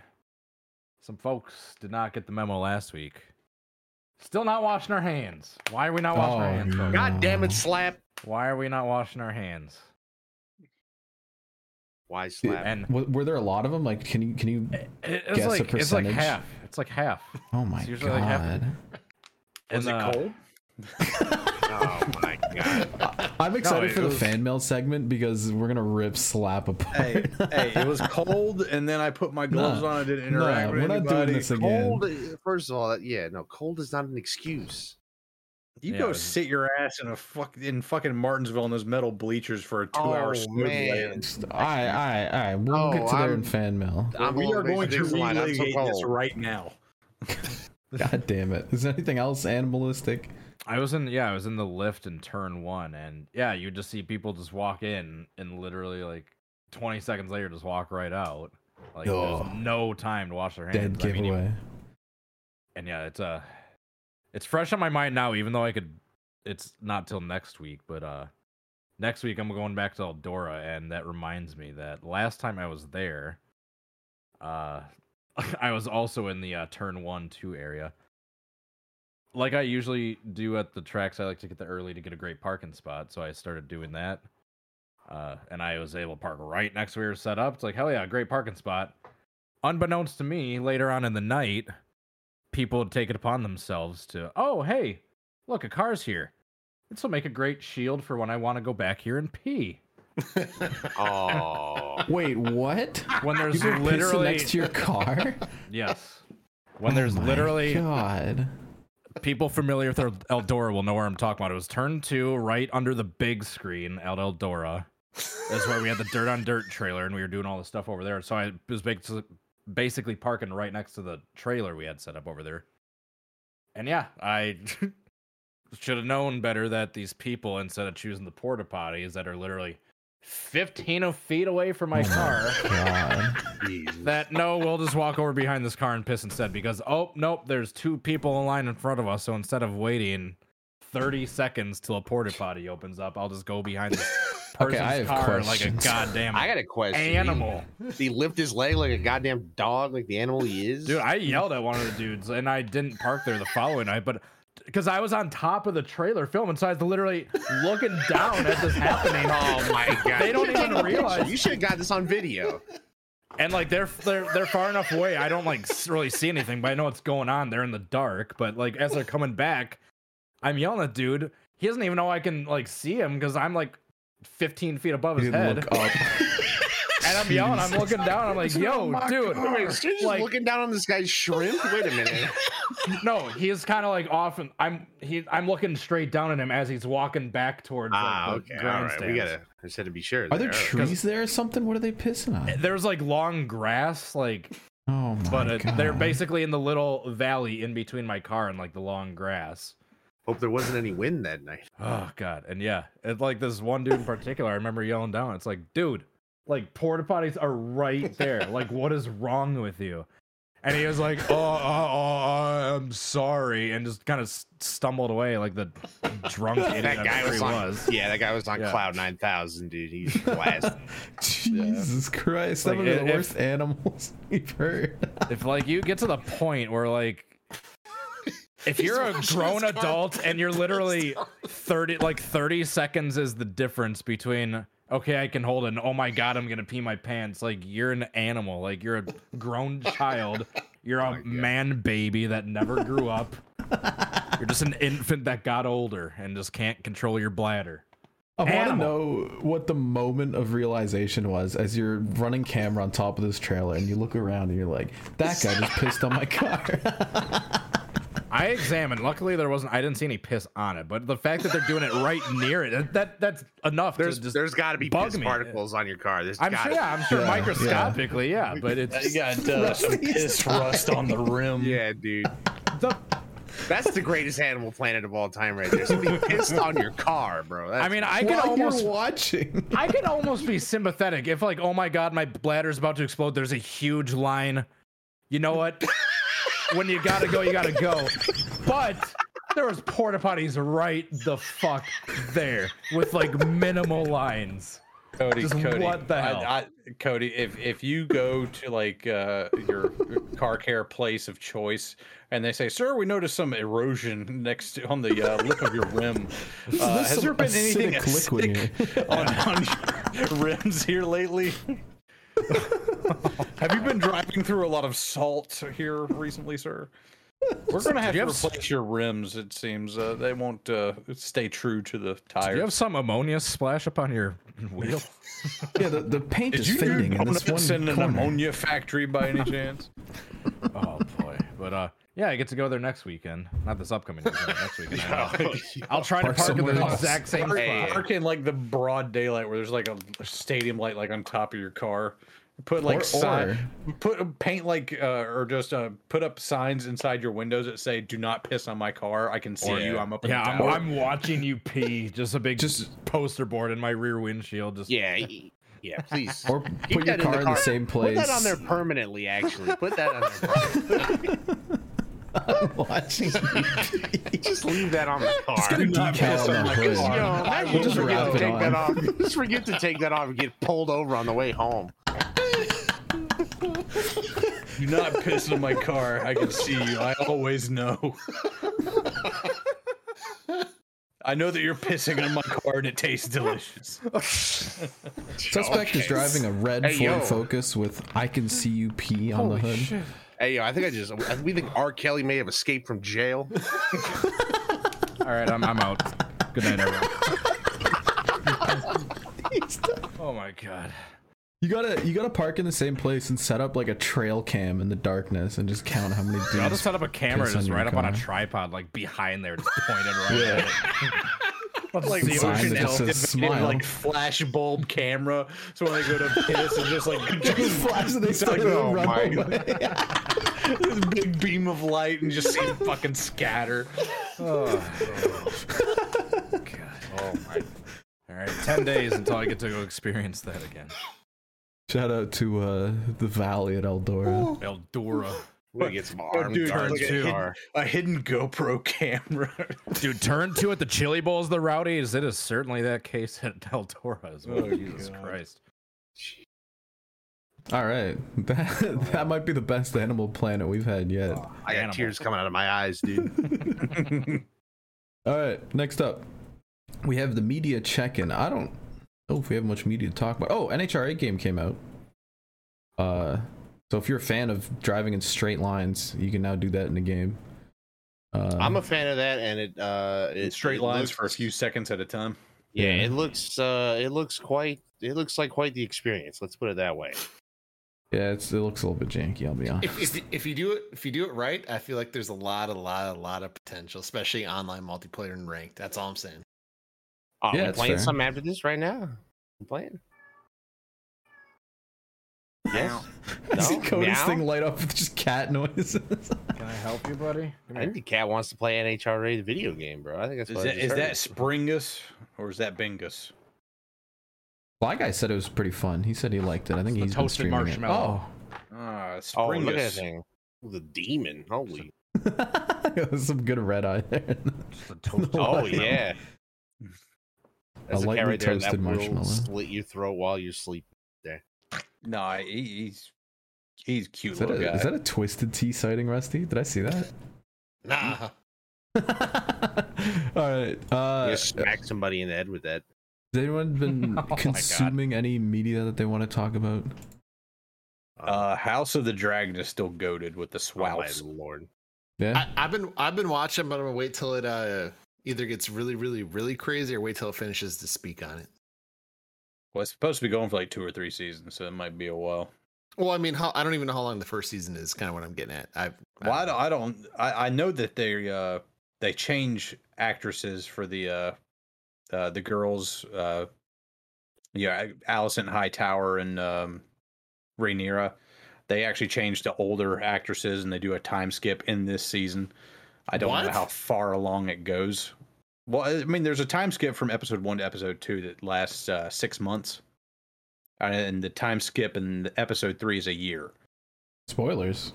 some folks did not get the memo last week Still not washing our hands. Why are we not washing our Oh, hands? folks? God damn Oh. it, slap. Why are we not washing our hands? Why slap? And W- were there a lot of them? Like, can you can you? it, it's Guess a like it's like percentage. half. It's like half. Oh my It's usually like half- god! Was it And, uh, cold? oh my god. I'm excited it for the was- fan mail segment because we're gonna rip slap apart. Hey, hey, it was cold, and then I put my gloves Nah, on. I didn't interact nah, with we're not doing anybody. this again. Cold, uh, first of all, that- yeah, no, cold is not an excuse. You Yeah, it go was- sit your ass in a fuck in fucking Martinsville in those metal bleachers for a two hour smooth lay. All right, all right, all right. We'll Oh, get to there I'm- in fan mail. I'm we all are amazed going at to this line. I'm so relegate this cold. right now. God damn it! Is there anything else animalistic? I was in yeah, I was in the lift in turn one, and yeah, you just see people just walk in and literally like twenty seconds later just walk right out. Like Ugh. there's no time to wash their hands. Dead I mean, even- giveaway. and yeah, it's uh it's fresh on my mind now, even though I could it's not till next week, but uh next week I'm going back to Eldora and that reminds me that last time I was there, uh I was also in the uh, turn one two area. Like I usually do at the tracks, I like to get there early to get a great parking spot, so I started doing that. Uh, and I was able to park right next to where we were set up. It's like, hell yeah, great parking spot. Unbeknownst to me, later on in the night, people would take it upon themselves to, oh, hey, look, a car's here. This will make a great shield for when I want to go back here and pee. Oh. Wait, what? When You there's were pissing literally next to your car? yes, when Oh there's my literally God. people familiar with Eldora will know where I'm talking about. It was turn two, right under the big screen at Eldora. That's where we had the dirt on dirt trailer, and we were doing all the stuff over there. So I was basi- basically parking right next to the trailer we had set up over there. And yeah, I should have known better that these people, instead of choosing the porta potties that are literally 15 of feet away from my Oh my car, God. that no, we'll just walk over behind this car and piss instead because oh nope, there's two people in line in front of us. So instead of waiting 30 seconds till a porta potty opens up, I'll just go behind this Okay, person's I have car like questions. a goddamn I got a question. animal. He lift his leg like a goddamn dog, like the animal he is. Dude, I yelled at one of the dudes and I didn't park there the following night, but because I was on top of the trailer filming, so I was literally looking down at this happening. oh my god! They don't You should've even taken a picture. realize- You should have got this on video. and like they're they're they're far enough away. I don't like s- really see anything, but I know what's going on. They're in the dark, but like as they're coming back, I'm yelling at dude. He doesn't even know I can like see him because I'm like 15 feet above He his didn't head, look up. and I'm yelling. I'm looking down. I'm like, yo, dude. Wait, so you're just Like- looking down on this guy's shrimp. Wait a minute. No, he is kind of like off, and I'm he I'm looking straight down at him as he's walking back towards like, ah, the okay. All right, grandstands. we gotta. I just had to be sure. Are there All right. trees there or something? What are they pissing on? There's like long grass, like Oh my but it, God. they're basically in the little valley in between my car and like the long grass. Hope there wasn't any wind that night. Oh god, and yeah, it's like this one dude in particular. I remember yelling down. It's like, dude, like porta potties are right there. Like, what is wrong with you? And he was like, oh, oh, oh, I'm sorry, and just kind of stumbled away like the drunk idiot That I'm guy sure was he on. was. Yeah, that guy was on Yeah. cloud nine thousand, dude. He's blasted. Jesus Christ. Some Like, of the if- worst animals we've heard. if like you get to the point where like if you're a grown adult and you're literally 30 like 30 seconds is the difference between okay i can hold it and oh my god i'm gonna pee my pants like you're an animal like you're a grown child you're Oh a man baby that never grew up you're just an infant that got older and just can't control your bladder I want to Animal. know what the moment of realization was as you're running camera on top of this trailer and you look around and you're like, that guy just pissed on my car. I examined. Luckily, there wasn't. I didn't see any piss on it. But the fact that they're doing it right near it, that, that that's enough. There's to just there's got to be bug piss me. particles on your car. There's I'm gotta sure. Yeah, I'm sure Yeah, microscopically. Yeah, but You it's got uh, some piss rust on the rim. be. Yeah, dude. That's the greatest animal planet of all time, right there. Somebody pissed on your car, bro. That's I mean, I can While almost. you're watching. I can almost be sympathetic if, like, oh my god, my bladder's about to explode. There's a huge line. You know what? when you gotta go, you gotta go. But there was porta potties right the fuck there with like minimal lines. Cody, Just Cody, what the hell? I, I, Cody, if if you go to like uh, your car care place of choice and they say, "Sir, we noticed some erosion next to, on the uh, lip of your rim," uh, There's has some there been anything acidic liquid in acidic on, on your rims here lately? Have you been driving through a lot of salt here recently, sir? We're gonna have you to have s- replace your rims. It seems uh, they won't uh, stay true to the Do tires. you have some ammonia splash up on your wheel? Yeah, the, the paint Did is you fading in open this up one in an corner. ammonia factory by any chance? oh boy. But uh yeah, I get to go there next weekend. Not this upcoming weekend, but next weekend. anyway. I'll try Park to park in somewhere the else. exact same Hey. spot. Park in like the broad daylight where there's like a stadium light like on top of your car. Put like Or- sign, put paint like uh, or just uh, put up signs inside your windows that say "Do not piss on my car." I can see Or- you. I'm up. In Yeah, the I'm, tower." I'm watching you pee. Just a big just poster board in my rear windshield. Just Yeah, y- yeah. Please Or Keep put your that car in the, car. same put place. that on there permanently. Actually, put that on there. permanently. Watching Just leave that on the car. get a You know, decal on the Just, hood. you know, imagine We'll you just forget wrap to it take on. that off. Just forget to take that off and get pulled over on the way home. Do not piss on my car. I can see you. I always know. I know that you're pissing on my car and it tastes delicious. Suspect is driving a red Hey, Ford yo. Focus with "I can see you pee" on the hood. Hey, yo, I think I just I, we think R. Kelly may have escaped from jail. All right, I'm, I'm out. Good night, everyone. oh my god. You gotta you gotta park in the same place and set up like a trail cam in the darkness and just count how many I'll dudes. just set up a camera piss on just your right up on a car. tripod, like behind there, just pointed right at it. It's like Sign that Ocean just Elf says invented, smile. like flash bulb camera. So when they go to piss, it's just like Just flash and they start like, to oh run my away. this big beam of light and just see it fucking scatter. Oh my. All right, 10 days until I get to go experience that again. Shout out to uh, the Valley at Eldora. Eldora. We get some armed Dude, guards like a, in the hidden, car. a hidden GoPro camera. Dude, turn two at the Chili Bowls, the rowdy is it is certainly that case at Eldora as well. Oh, Jesus God. Christ. All right, that that might be the best Animal Planet we've had yet. I got Animal. tears coming out of my eyes, dude. All right, next up, we have the media check-in. I don't know if we have much media to talk about. Oh, NHRA game came out. Uh, so if you're a fan of driving in straight lines, you can now do that in the game. Uh, I'm a fan of that, and it uh, it Straight it lines looks- for a few seconds at a time. Yeah, Yeah. it looks uh, it looks quite it looks like quite the experience. Let's put it that way. yeah, it's, it looks a little bit janky. I'll be honest. If, if, if you do it if you do it right, I feel like there's a lot, a lot, a lot of potential, especially online multiplayer and ranked. That's all I'm saying. Oh, Yeah, we're it's playing fair. some after this right now. I'm playing. Yes. I see No? Cody's Meow? thing light up with just cat noises. Can I help you, buddy? I think the cat wants to play NHRA the video game, bro. I think that's Is what I that just is heard. that Springus or is that Bingus? Fly Guy said it was pretty fun. He said he liked it. I think The he's been toasted streaming it. marshmallow. Ah, Oh, look at that Springus. thing. Ooh, The demon. Holy. Oh, some good red eye there. Just a toast. Oh yeah. That's lightly cat right there that toasted will marshmallow. Slit your throat while you're sleeping. No, he, he's he's a cute Is that, little a, guy. is that a twisted T sighting, Rusty? Did I see that? Nah. All right. Uh, you smack somebody in the head with that. Has anyone been Oh my God. consuming any media that they want to talk about? uh, House of the Dragon is still goaded with the Wow, Oh, my swouts. lord. Yeah. I, I've been I've been watching, but I'm gonna wait till it uh either gets really, really, really crazy or wait till it finishes to speak on it. Well, it's supposed to be going for like two or three seasons, so it might be a while. Well, I mean, how, I don't even know how long the first season is. Kind of what I'm getting at. I've, Well, I don't. I, don't I, I know that they uh they change actresses for the uh, uh the girls uh yeah Allison Hightower and um Rhaenyra. They actually changed to older actresses, and they do a time skip in this season. I don't know What? how far along it goes. Well, I mean, there's a time skip from episode one to episode two that lasts uh, six months, and the time skip in episode three is a year. Spoilers.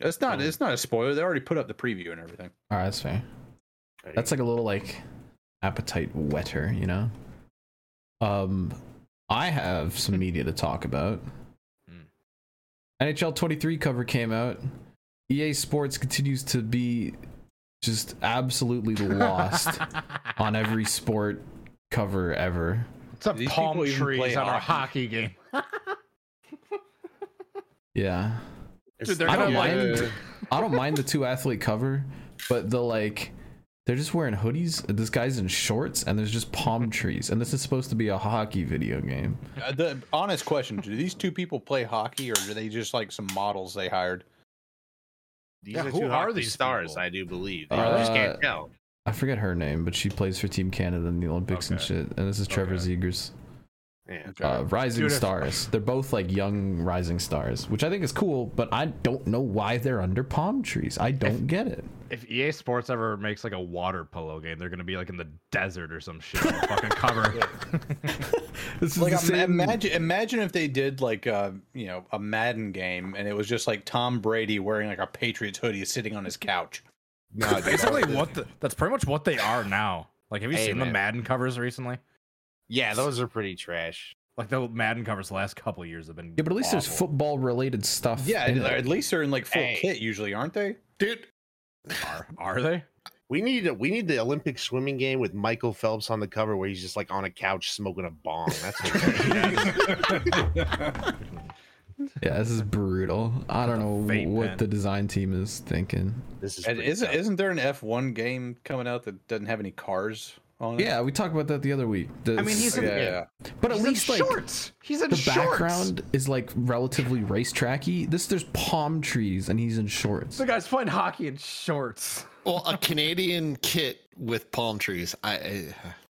It's not. Mm. It's not a spoiler. They already put up the preview and everything. All right, that's fair. That's like a little like appetite wetter, you know. Um, I have some media to talk about. Hmm. NHL 23 cover came out. EA Sports continues to be just absolutely lost on every sport cover ever. It's a These palm people even trees play on our hockey. hockey game. Yeah. It's- they're I don't gonna mind. I don't mind the two athlete cover, but the like, they're just wearing hoodies. This guy's in shorts, and there's just palm trees. And this is supposed to be a hockey video game. Uh, the honest question: Do these two people play hockey, or are they just like some models they hired? These Yeah, are who two are hockey these stars? people? I do believe. They I just Uh, can't tell. I forget her name, but she plays for Team Canada in the Olympics and Okay. shit. And this is Trevor Okay. Zegers, Yeah. uh, rising Dude, if- stars. They're both like young rising stars, which I think is cool. But I don't know why they're under palm trees. I don't get it. If EA Sports ever makes like a water polo game, they're gonna be like in the desert or some shit. on the fucking cover. This is Like, the ima- same. imagine, imagine if they did like a you know a Madden game, and it was just like Tom Brady wearing like a Patriots hoodie, sitting on his couch. No, dude, Basically, what the, that's pretty much what they are now. Like, have you Hey, seen the man. Madden covers recently? yeah, those are pretty trash. Like the Madden covers the last couple of years have been. yeah, but at least there's awful. football related stuff. Yeah, in it. at least they're in like full Hey. kit usually, aren't they? dude. Are, are they? We need a, we need the Olympic swimming game with Michael Phelps on the cover, where he's just like on a couch smoking a bong. That's what Yeah, this is brutal. I don't know fate, what man. the design team is thinking. this is. And pretty isn't dumb. isn't there an F one game coming out that doesn't have any cars on it? Yeah, we talked about that the other week. The- I mean, he's yeah, in- yeah. but at He's in least like shorts. He's in the shorts. background is like relatively racetracky. This there's palm trees and he's in shorts. The guy's playing hockey in shorts. Well, a Canadian kit with palm trees. I, I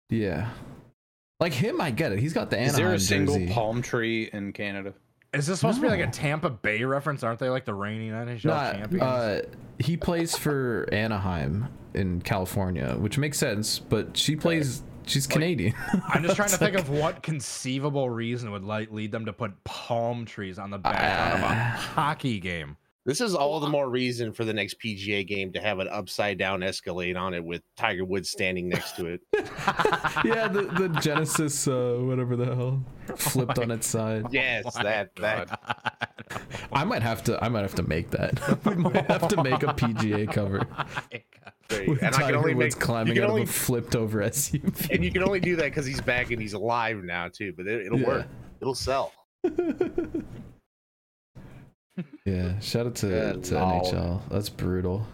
Yeah, like him, I get it. He's got the Anaheim Is there a single jersey. palm tree in Canada? Is this supposed to be like No. a Tampa Bay reference? Aren't they like the reigning NHL Not, champions? uh, he plays for Anaheim in California, which makes sense. But she plays. She's Canadian. I'm just trying to think of what conceivable reason would like lead them to put palm trees on the background of a hockey game. This is all the more reason for the next PGA game to have an upside down Escalade on it with Tiger Woods standing next to it. yeah, the, the Genesis, uh, whatever the hell, flipped on its side. yes, that that I might have to. I might have to make that. we might have to make a PGA cover. thing. With and I can Tiger only Woods make, climbing you out can only, of a flipped over SUV. and you can only do that because he's back and he's alive now too. But it, will Yeah. work. It'll sell. Yeah, shout out to, Good to lord. NHL. That's brutal.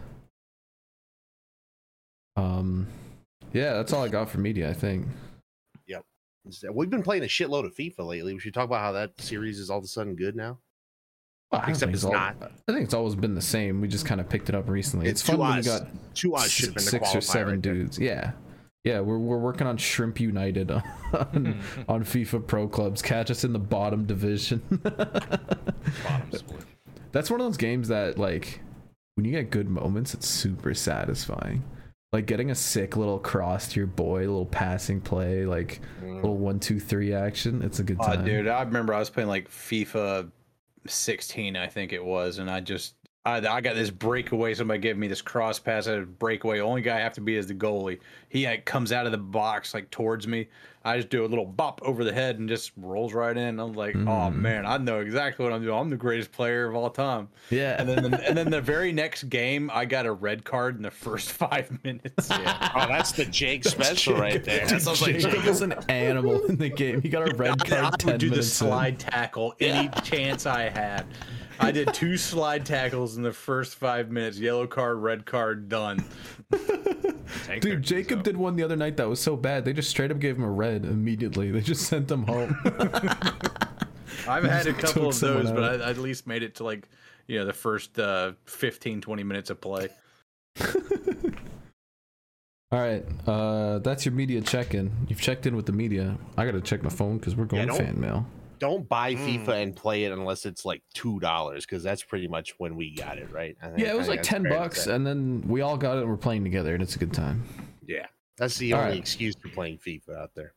Um, yeah, that's all I got for media. I think. uh, We've been playing a shitload of FIFA lately. We should talk about how that series is all of a sudden good now. Well, I don't Except think it's all- not. I think it's always been the same. We just kind of picked it up recently. It's, It's fun two when we eyes. got Two odds should have been six, six the qualifier or seven right there. dudes. Yeah, yeah. We're we're working on Shrimp United on, on, on FIFA Pro Clubs. Catch us in the bottom division. Bottom split. That's one of those games that like when you get good moments, it's super satisfying. Like getting a sick little cross to your boy, little passing play, like little one two three action. It's a good Oh, time. Mm. dude, I remember I was playing like FIFA 16, I think it was, and I just I, I got this breakaway. Somebody gave me this cross pass at a breakaway. Only guy I have to be is the goalie. He like, comes out of the box like towards me. I just do a little bop over the head and just rolls right in. I'm like, oh Mm. man, I know exactly what I'm doing. I'm the greatest player of all time. Yeah. And then the, and then the very next game, I got a red card in the first five minutes. Oh, that's the Jake special right there. that sounds like Jacob was an animal in the game. He got a red I card. 10 would do the minutes in. slide tackle any chance I had. I did two slide tackles in the first five minutes. Yellow card, red card, done. Take their Dude, dudes Jacob out. did one the other night that was so bad. They just straight up gave him a red immediately. They just sent him home. I've had a couple took of someone those, but out. I, I at least made it to like, you know, the first uh, 15, 20 minutes of play. All right, uh, that's your media check-in. You've checked in with the media. I gotta check my phone because we're going don't- fan mail. Don't buy Mm. FIFA and play it unless it's like two dollars, because that's pretty much when we got it, right? I think- Yeah, it I was think like that's ten fair to bucks, uh, say. and then we all got it. and We're playing together, and it's a good time. Yeah, that's the All only right. excuse for playing FIFA out there.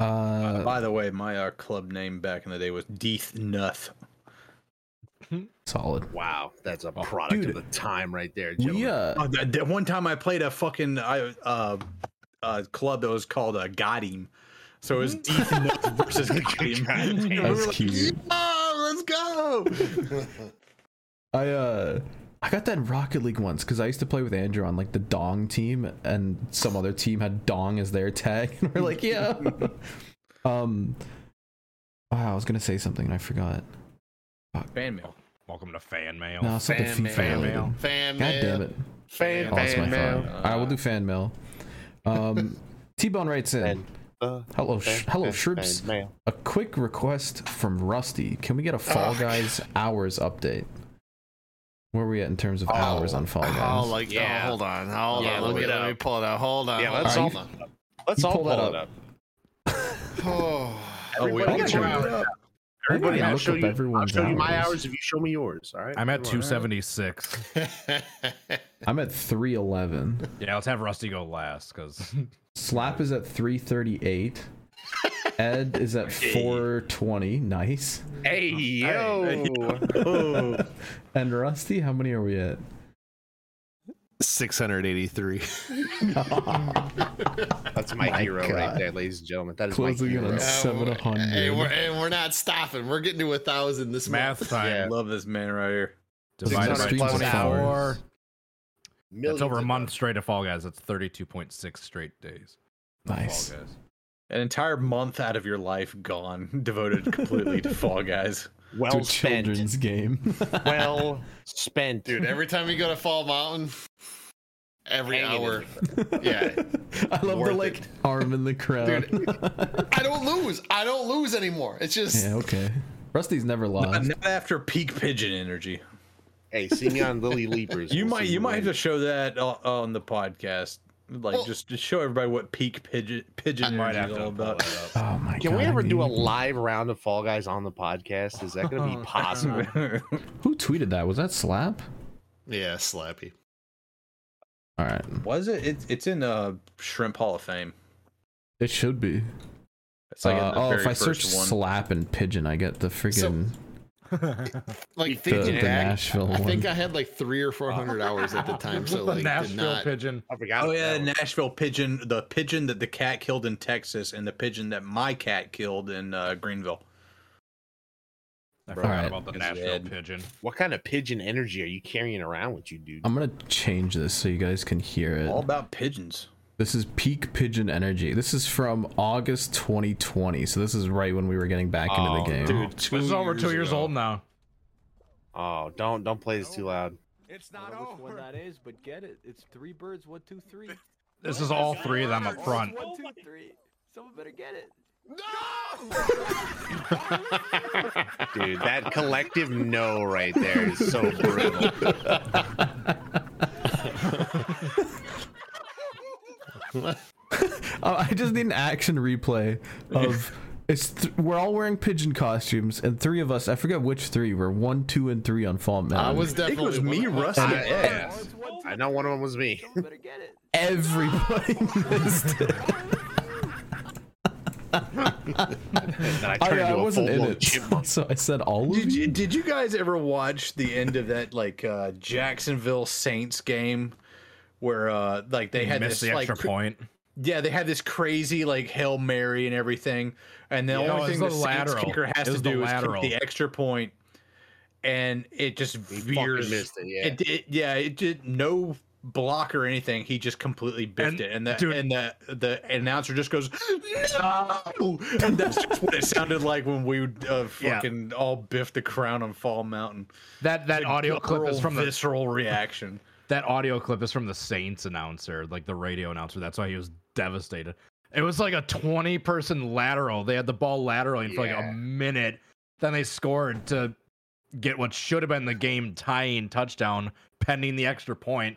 Uh, By the way, my uh, club name back in the day was Deeth Nuth. solid. Wow, that's a product Oh, dude. of the time right there. We gentlemen. uh, Oh, that, that one time I played a fucking I uh uh, club that was called uh, Got Him. So it was Death Note versus Got Him. And we were That's like, cute. "Yeah, Oh, let's go. I uh I got that Rocket League once because I used to play with Andrew on like the Dong team, and some other team had Dong as their tag, and we're like, yeah. um, wow, I was gonna say something and I forgot. Fan mail. Welcome to fan mail. No, something fan FIFA mail. Fan mail. related. Fan God damn it! Fan, I lost my fan phone. mail. All right, we'll do fan mail. Um, T Bone writes in. Fan. Uh, Hello, sh- hello, fan, Shroops. fan mail. A quick request from Rusty. Can we get a Fall Oh, Guys hours update? Where are we at in terms of Oh, hours on Fall Guys? Oh, like yeah. Yeah. hold on, hold Yeah, on. Let look me, it let me up. pull it out. Hold on. Yeah, hold let's on, all- hold on. Let's You all pull pull that it up. up. Oh, Everybody got get your you. hour up. I think I Everybody, I'll looked show up you. I'll everyone's show you my hours. hours if you show me yours. All right. I'm at Come on. 276. Oh, I'm at 311. Yeah, let's have Rusty go last because Slap is at 338. Ed is at 420. Nice. Hey yo. Oh, And Rusty, how many are we at? six hundred eighty-three. That's my, My hero God. right there, ladies and gentlemen. That is Closing my in hero. on seven hundred. And we're, and we're not stopping. We're getting to a thousand this math month. time I Yeah. love this man right here. divided by 600 plus 24. hours. That's Millions over a of- month straight of Fall Guys. That's 32.6 straight days. of Fall Nice. Guys. An entire month out of your life gone, devoted completely to Fall Guys. to Well a spent. children's game. Well spent, dude. Every time you go to Fall Mountain, every Hanging hour, in yeah. I love Worth the it. like arm in the crowd. I don't lose. I don't lose anymore. It's just yeah, okay. Rusty's never Not lost. not after peak pigeon energy. Hey, sing on Lily Leapers. You We'll might see you might have win. to show that o- on the podcast. Like Well- just, just show everybody what peak pigeon pigeon Might energy have is to all pull about. that up. Oh my god. Can we ever do a dude. live round of Fall Guys on the podcast? Is that going to be possible? Who tweeted that? Was that Slap? yeah, slappy. All right. Was it? It's it's in uh Shrimp Hall of Fame. It should be. It's like in Uh, the oh, very if I first search slap and pigeon, I get the freaking Like the, the thinking back, Nashville I one. think I had like three or four hundred hours at the time. So like, did Nashville not. pigeon. I forgot. Oh yeah, about that Nashville pigeon, the pigeon that the cat killed in Texas, and the pigeon that my cat killed in uh, Greenville. I All forgot right. about the It's Nashville red. pigeon. one. What kind of pigeon energy are you carrying around with you, dude? I'm gonna change this so you guys can hear it. All about pigeons. This is peak pigeon energy. This is from August 2020, so this is right when we were getting back Oh, into the game. dude. This is over two years old now. Oh, don't don't play this too loud. don't know which one that is, but get it. It's three birds, one, two, three. This is all three of them up front. One, two, three. Someone better get it. Dude, that collective no right there is so brutal. Uh, I just need an action replay of it's. Th- we're all wearing pigeon costumes, and three of us. I forget which three. We're one, two, and three on Fall Mountain. I was I think definitely it was me, one of- Rusty. I- and Ed. yeah. It's one, two, I know one of them was me. someone better get it. Everybody missed it. And then I I, turned Oh, I into a wasn't in full-blown it, chipmunk. so I said all of Did you. you, did you guys ever watch the end of that like uh, Jacksonville Saints game where uh, like they had Missed this the like extra cr- point. yeah they had this crazy like hail mary and everything and the Yeah. No, only it's thing the the, Saints lateral. kicker has It to was the do lateral. is kick the extra point, and it just He veers. fucking missed it, yeah. It, it yeah it did no block or anything. He just completely biffed And- it, and the dude- and the the announcer just goes no, and that's just what it sounded like when we would, uh, Yeah. fucking all biffed the crown on Fall Mountain. That that The audio clip is guttural, from the visceral reaction. that audio clip is from the Saints announcer, like the radio announcer. That's why he was devastated. It was like a 20 person lateral. They had the ball laterally for like Yeah. a minute. Then they scored to get what should have been the game tying touchdown pending the extra point.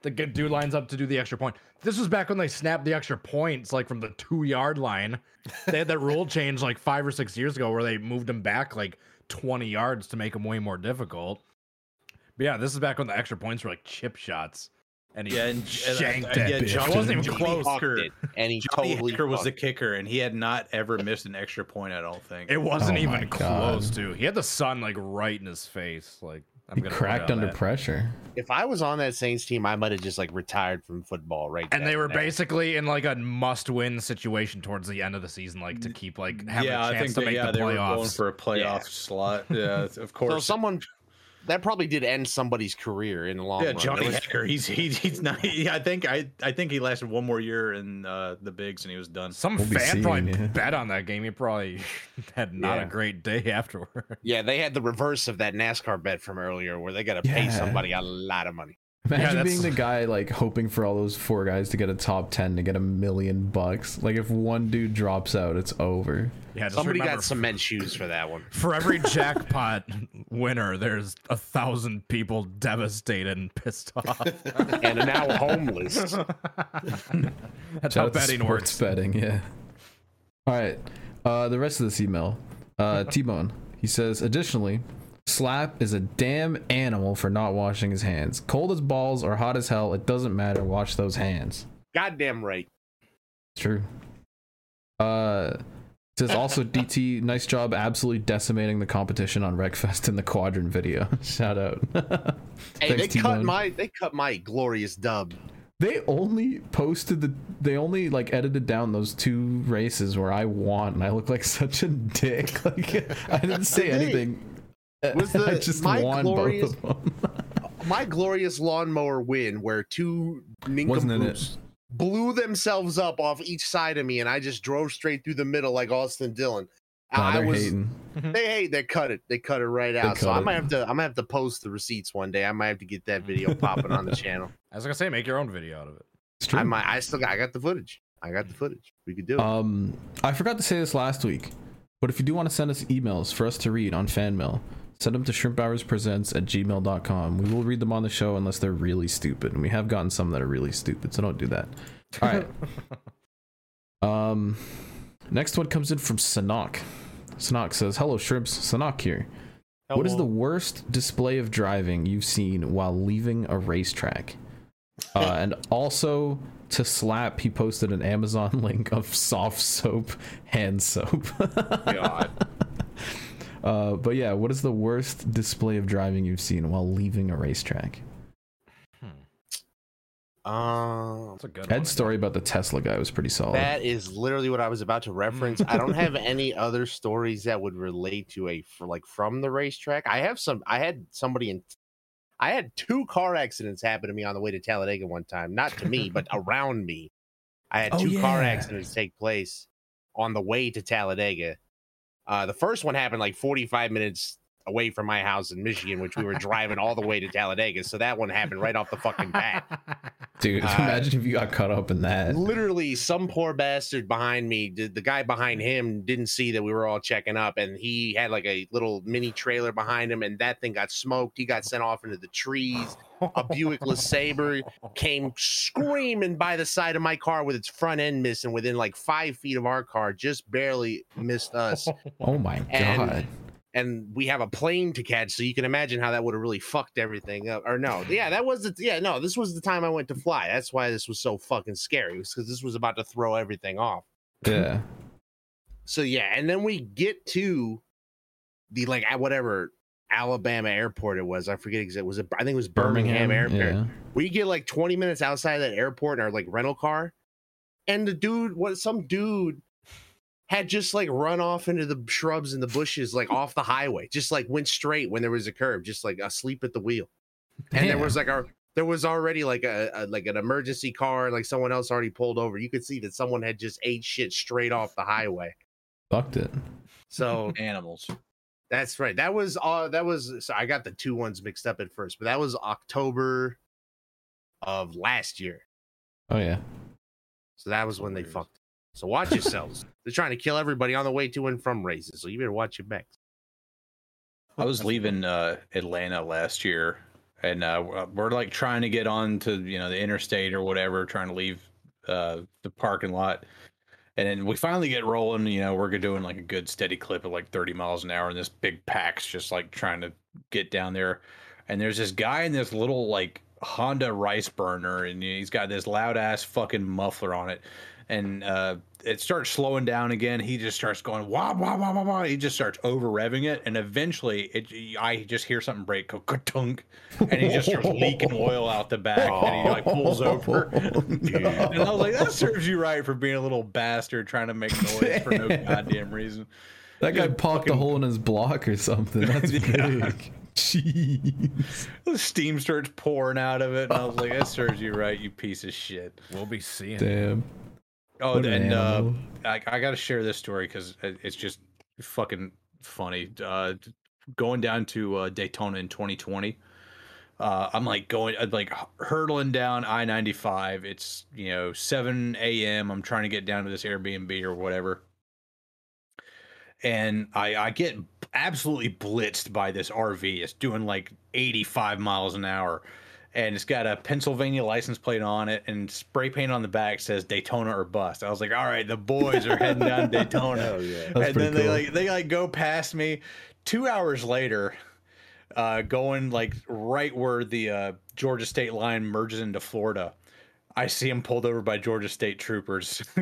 The good dude lines up to do the extra point. This was back when they snapped the extra points like from the two yard line. They had that rule change like five or six years ago where they moved them back like 20 yards to make them way more difficult. But yeah, this is back when the extra points were like chip shots. And he Yeah, and, and, shanked uh, that yeah, bitch. Johnny- it wasn't even Johnny close. Fucked Hawker. it, and he Johnny totally Hacker was the fucked kicker, and he had not ever missed an extra point. I don't think. It wasn't Oh my even God. close to. He had the sun like right in his face. Like I'm He gonna cracked put out under that. pressure. it. If I was on that Saints team, I might have just like retired from football right. And then they were there. basically in like a must-win situation towards the end of the season, like to keep like having yeah, a I chance think to they, make yeah, the they were going playoffs. for a playoff slot. Yeah, it's- of course. So someone that probably did end somebody's career in the long yeah, run. Johnny It was- Hecker. He's he, he's not. He, I think I I think he lasted one more year in uh, the bigs and he was done. Some We'll be fan probably seeing, yeah. bet on that game. He probably had not Yeah. a great day afterward. Yeah, they had the reverse of that NASCAR bet from earlier, where they got to pay Yeah. somebody a lot of money. Imagine that's- being the guy like hoping for all those four guys to get a top ten to get a million bucks. Like if one dude drops out, it's over. Yeah, just Somebody remember, got cement shoes for that one. For every jackpot winner, there's a thousand people devastated and pissed off. and now homeless. Shout That's how out to betting sports works. betting, yeah. All right. Uh, the rest of this email, uh, T Bone. He says, additionally, Slap is a damn animal for not washing his hands. Cold as balls or hot as hell, it doesn't matter. Wash those hands. Goddamn right. It's true. Uh, it says also DT, nice job, absolutely decimating the competition on Wreckfest in the quadrant video. Shout out. Hey, Thanks, they T-Bone. cut my they cut my glorious dub. They only posted the. They only like edited down those two races where I won, and I look like such a dick. Like I didn't say Did they? anything. Was I the- just my won glorious- both of them. My glorious lawnmower win, where two Wasn't in nincompoops blew themselves up off each side of me, and I just drove straight through the middle like Austin Dillon. Nah, I they're was hating. they hate they cut it they cut it right out. So cut I it. might have to I might have to post the receipts one day. I might have to get that video popping on the channel. I was gonna say, make your own video out of it. It's true. I might I still got I got the footage. I got the footage. We could do it. Um, I forgot to say this last week, but if you do want to send us emails for us to read on fan mail, send them to shrimphours at gmail.com. We will read them on the show unless they're really stupid, and we have gotten some that are really stupid, so don't do that. All right. um, next one comes in from Sanok. Sanok says, "Hello, shrimps. Sanok here. What is the worst display of driving you've seen while leaving a racetrack? Uh, and also to slap, he posted an Amazon link of soft soap, hand soap. God. Uh, but yeah, what is the worst display of driving you've seen while leaving a racetrack? um That's a good one. I Ed's story about the Tesla guy was pretty solid. that is literally what I was about to reference. I don't have any other stories that would relate to a for like from the racetrack. I have some I had somebody in I had two car accidents happen to me on the way to Talladega one time. Not to me, but around me. I had Oh, two car yeah. accidents take place on the way to Talladega. Uh, the first one happened like 45 minutes away from my house in Michigan, which we were driving all the way to Talladega. So that one happened right off the fucking bat. Dude, Uh, imagine if you got caught up in that. Literally, some poor bastard behind me, did, the guy behind him didn't see that we were all checking up, and he had like a little mini trailer behind him, and that thing got smoked. He got sent off into the trees. A Buick LeSabre came screaming by the side of my car with its front end missing within like five feet of our car, just barely missed us Oh my and- god. and we have a plane to catch, so you can imagine how that would have really fucked everything up. Or no, yeah, that was the yeah, no, this was the time I went to fly. That's why this was so fucking scary. It was because this was about to throw everything off. Yeah. So yeah, and then we get to the like at whatever Alabama airport it was. I forget exactly. Was it? I think it was Birmingham, airport. Yeah. We get like 20 minutes outside of that airport in our like rental car, and the dude, what some dude had just like run off into the shrubs and the bushes, like off the highway, just like went straight when there was a curve, just like asleep at the wheel. And there Damn. was like our there was already like a, a like an emergency car, like someone else already pulled over. You could see that someone had just ate shit straight off the highway. Fucked it. So Animals. that's right. That was uh that was so I got the two ones mixed up at first, but that was October of last year. Oh yeah. So that was when they fucked. So watch yourselves. They're trying to kill everybody on the way to and from races. So you better watch your backs. I was leaving uh, Atlanta last year, and uh, we're- we're like trying to get on to you know the interstate or whatever, trying to leave uh, the parking lot, and then we finally get rolling. You know, we're doing like a good steady clip at like 30 miles an hour, and this big pack's just like trying to get down there, and there's this guy in this little like Honda rice burner, and he's got this loud ass fucking muffler on it. and uh, it starts slowing down again. He just starts going wah wah wah wah wah. He just starts over revving it, and eventually, it I just hear something break, go ka-tunk, and he just starts leaking oil out the back, and he like pulls over. and I was like, that serves you right for being a little bastard trying to make noise for no goddamn reason. That guy popped a fucking- hole in his block or something. That's big. Jeez. The steam starts pouring out of it, and I was like, that serves you right, you piece of shit. We'll be seeing. Damn. Oh, What an and uh, animal. I, I got to share this story because it's just fucking funny. Uh, going down to uh, Daytona in 2020, uh, I'm like going, i like hurtling down I 95. It's, you know, 7 a.m. I'm trying to get down to this Airbnb or whatever. And I, I get absolutely blitzed by this RV. It's doing like 85 miles an hour. And it's got a Pennsylvania license plate on it, and spray paint on the back says Daytona or bust. I was like, "All right, the boys are heading down Daytona." Oh yeah. That's and pretty then they cool. like they like go past me two hours later uh going like right where the uh georgia state line merges into florida i see him pulled over by georgia state troopers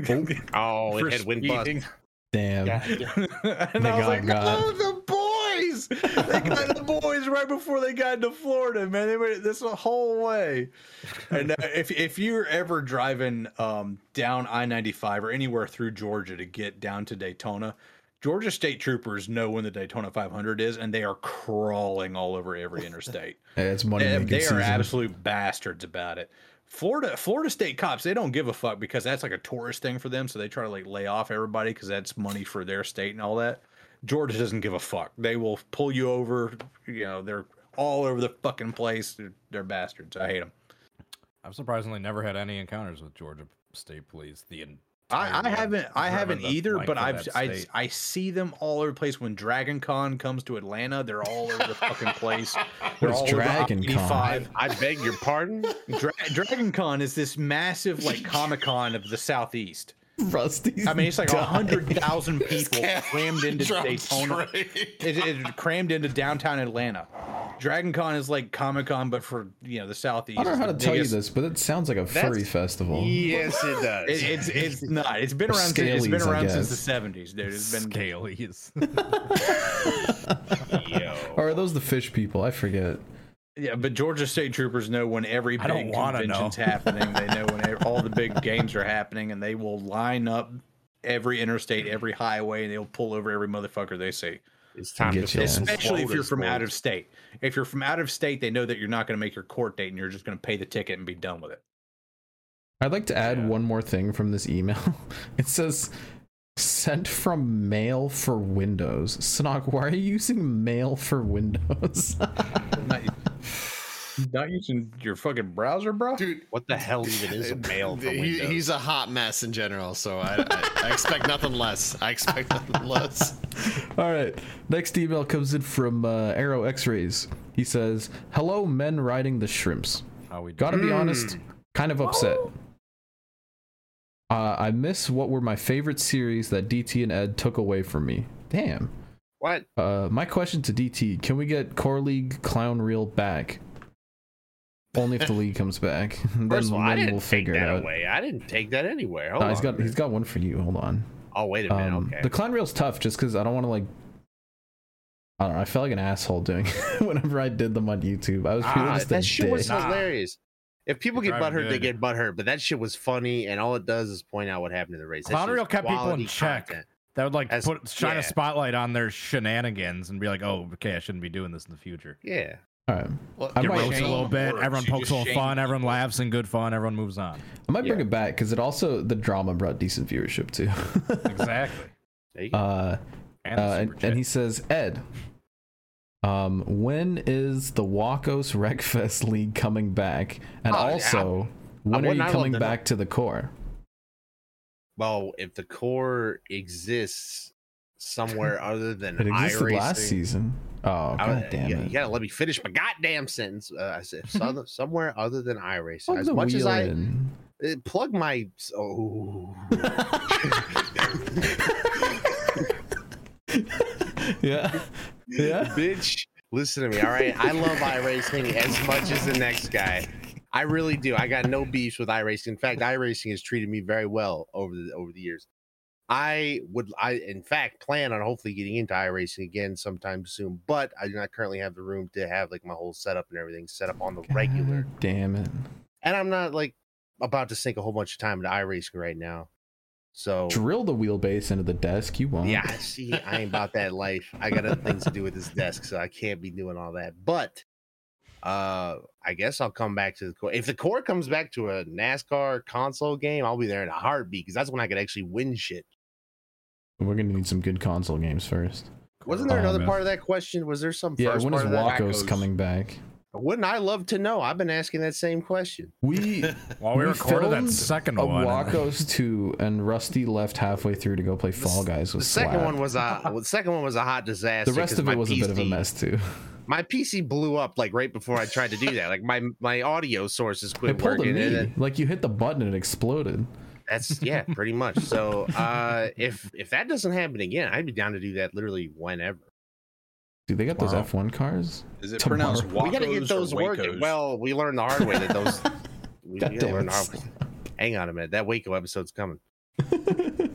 Oh, for it had wind bust. speeding. Damn. and They i was got like got. oh the boys they got the boys right before they got into florida man they went this whole way and uh, if, if you're ever driving um down i-95 or anywhere through georgia to get down to daytona Georgia state troopers know when the Daytona 500 is, and they are crawling all over every interstate. Hey, that's money they making they season. are absolute bastards about it. Florida, Florida state cops, they don't give a fuck because that's like a tourist thing for them. So they try to like lay off everybody because that's money for their state and all that. Georgia doesn't give a fuck. They will pull you over. You know, they're all over the fucking place. They're, they're bastards. I hate them. I've surprisingly never had any encounters with Georgia State Police. The en- I, I entire haven't I haven't department of either, life but of I've that I, state. I see them all over the place. When Dragon Con comes to Atlanta, they're all over the fucking place. They're is all over Dragon Con? I-85. I beg your pardon. Dra- Dragon Con is this massive like Comic Con of the Southeast. Rusty's I mean, it's like a hundred thousand people guy crammed into dropped Daytona. straight. It, it crammed into downtown Atlanta. Dragon Con is like Comic Con, but for you know the Southeast. I don't know how to It's the tell you biggest- this, but it sounds like a furry That's- festival. Yes, it does. It, it's it's not. It's been around. Since, it's been Scalies, I around since the guess. seventies, dude. It's been Scalies. Yo. Or are those the fish people? I forget. Yeah, but Georgia State Troopers know when every I don't big wanna convention's know. happening. They know when ev- all the big games are happening, and they will line up every interstate, every highway, and they'll pull over every motherfucker they see. It's time Get your to fill ass. some Especially if you're quotas, from out boys. of state. If you're from out of state, they know that you're not going to make your court date, and you're just going to pay the ticket and be done with it. I'd like to add Yeah. one more thing from this email. It says, sent from mail for Windows. Snog, why are you using mail for Windows? Not, not using your fucking browser, bro. Dude, What the hell even is a mail for he- Windows? he's a hot mess in general, so I, I, I expect nothing less. I expect nothing less. All right. Next email comes in from uh, Arrow X Rays. He says, Hello, men riding the shrimps. How we Gotta be Mm. honest, kind of upset. Uh, I miss what were my favorite series that DT and Ed took away from me. Damn. what? Uh, my question to DT: Can we get Core League Clown Reel back? Only if the league comes back. then First of all, I then didn't we'll take figure it that out. away. I didn't take that anywhere. Hold No, he's on. got he's got one for you. Hold on. Oh wait a minute. Um, okay. The Clown Reel's tough, just because I don't want to like. I don't know. I felt like an asshole doing it whenever I did them on YouTube. I was feeling Ah, just a that shit was dick. Nah. hilarious. If people You're get driving butthurt, they get good. butthurt. But that shit was funny, and all it does is point out what happened to the race. That Clown shit is Reel kept people in quality check. content. That would like As- put shine yeah. a spotlight on their shenanigans and be like, oh, okay, I shouldn't be doing this in the future. Yeah. All right. Well, I Get might- roasted a little shame bit. works. Everyone You pokes just a little shame fun. Everyone laughs in good fun. Everyone moves on. I might bring Yeah. it back because it also the drama brought decent viewership too. Exactly. There you go. uh, And, the Uh, super and, and chat. he says, Ed, um, when is the Wakos Wreckfest League coming back? And Oh, yeah. also, when are wouldn't you I love coming to know? back to the core? well, if the core exists somewhere other than It existed iRacing, last season. Oh, I god would- damn you, you it. gotta let me finish my goddamn sentence. Uh, I said so- somewhere other than iRacing. Plug as the much as wheel I in. uh, plug my oh, yeah. Yeah. bitch, listen to me. All right, I love iRacing as much as the next guy. I really do. I got no beefs with iRacing. In fact, iRacing has treated me very well over the over the years. I would I in fact plan on hopefully getting into iRacing again sometime soon, but I do not currently have the room to have like my whole setup and everything set up on the regular. God damn it. And I'm not like about to sink a whole bunch of time into iRacing right now. So Drill the wheelbase into the desk. You won't. Oh. yeah, see, I ain't about that life. I got other things to do with this desk, so I can't be doing all that. But uh I guess I'll come back to the core. If the core comes back to a NASCAR console game, I'll be there in a heartbeat because that's when I could actually win shit. We're going to need some good console games first. Wasn't there Oh, another man. part of that question? Was there some Yeah, first when is part of that? Waco- Waco's Waco's. coming back? Wouldn't I love to know? I've been asking that same question. We oh, While we, We recorded that filmed second a one, Waco's 2 and Rusty left halfway through to go play Fall s- Guys The with second Slap. one was a well, the second one was a hot disaster. the rest 'cause of my it was a bit of a PC mess too. My PC blew up like right before I tried to do that. Like my my audio sources It quit pulled a working. and knee. then- Like you hit the button and it exploded. that's yeah, pretty much. So uh if if that doesn't happen again, I'd be down to do that literally whenever. Dude, they got those Wow. F one cars. Is it Tomorrow. pronounced Wacos we gotta get those or working. Wacos? Well, we learned the hard way that those we God yeah, damn learned the hard it. way. Hang on a minute, that Waco episode's coming.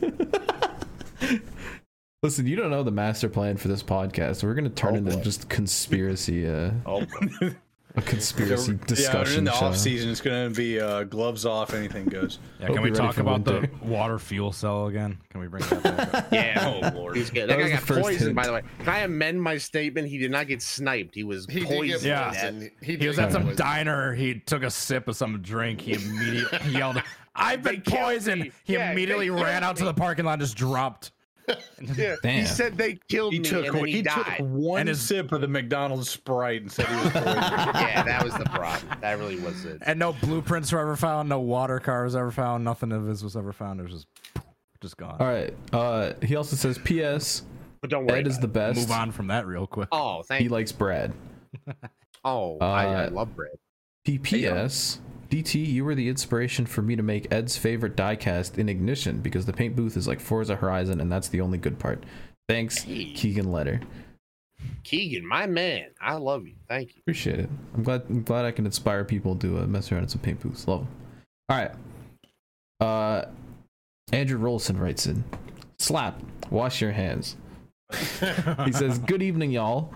Listen, you don't know the master plan for this podcast. We're gonna turn Oh, into boy. just conspiracy, uh, Oh a conspiracy yeah, in discussion the show. off season, it's gonna be uh, gloves off. Anything goes. Yeah, Hope can we you're ready talk for about the winter. water fuel cell again? Can we bring that back? up? yeah. Oh lord. He's good. That That, guy was the got first poisoned, hit. by the way. Can I amend my statement? He did not get sniped. He was He did get poisoned. Yeah. poisoned. He, He did was get at some poisoned. diner. He took a sip of some drink. He immediately he yelled, "I've They been killed poisoned!" me. He Yeah, they immediately killed ran out to me. the parking lot, and just dropped. Yeah. Damn. He said they killed He me took and then he, he, took died. one And his- sip of the McDonald's Sprite and said he was. poisoned. yeah, that was the problem. That really was it. And no blueprints were ever found. No water car was ever found. Nothing of his was ever found. It was just just gone. All right. Uh, he also says, "P.S. But don't worry. Ed is about the best. Move on from that real quick. it. Oh, He thank. likes Brad." oh, I, I uh, love bread. P.P.S. DT, you were the inspiration for me to make Ed's favorite diecast in Ignition because the paint booth is like Forza Horizon, and that's the only good part. Thanks, Hey. Keegan Letter. Keegan, my man, I love you. Thank you. Appreciate it. I'm glad. I'm glad I can inspire people to uh, mess around in some paint booths. Love them. All right. Uh, Andrew Rolson writes in. Slap. Wash your hands. he says, "Good evening, y'all.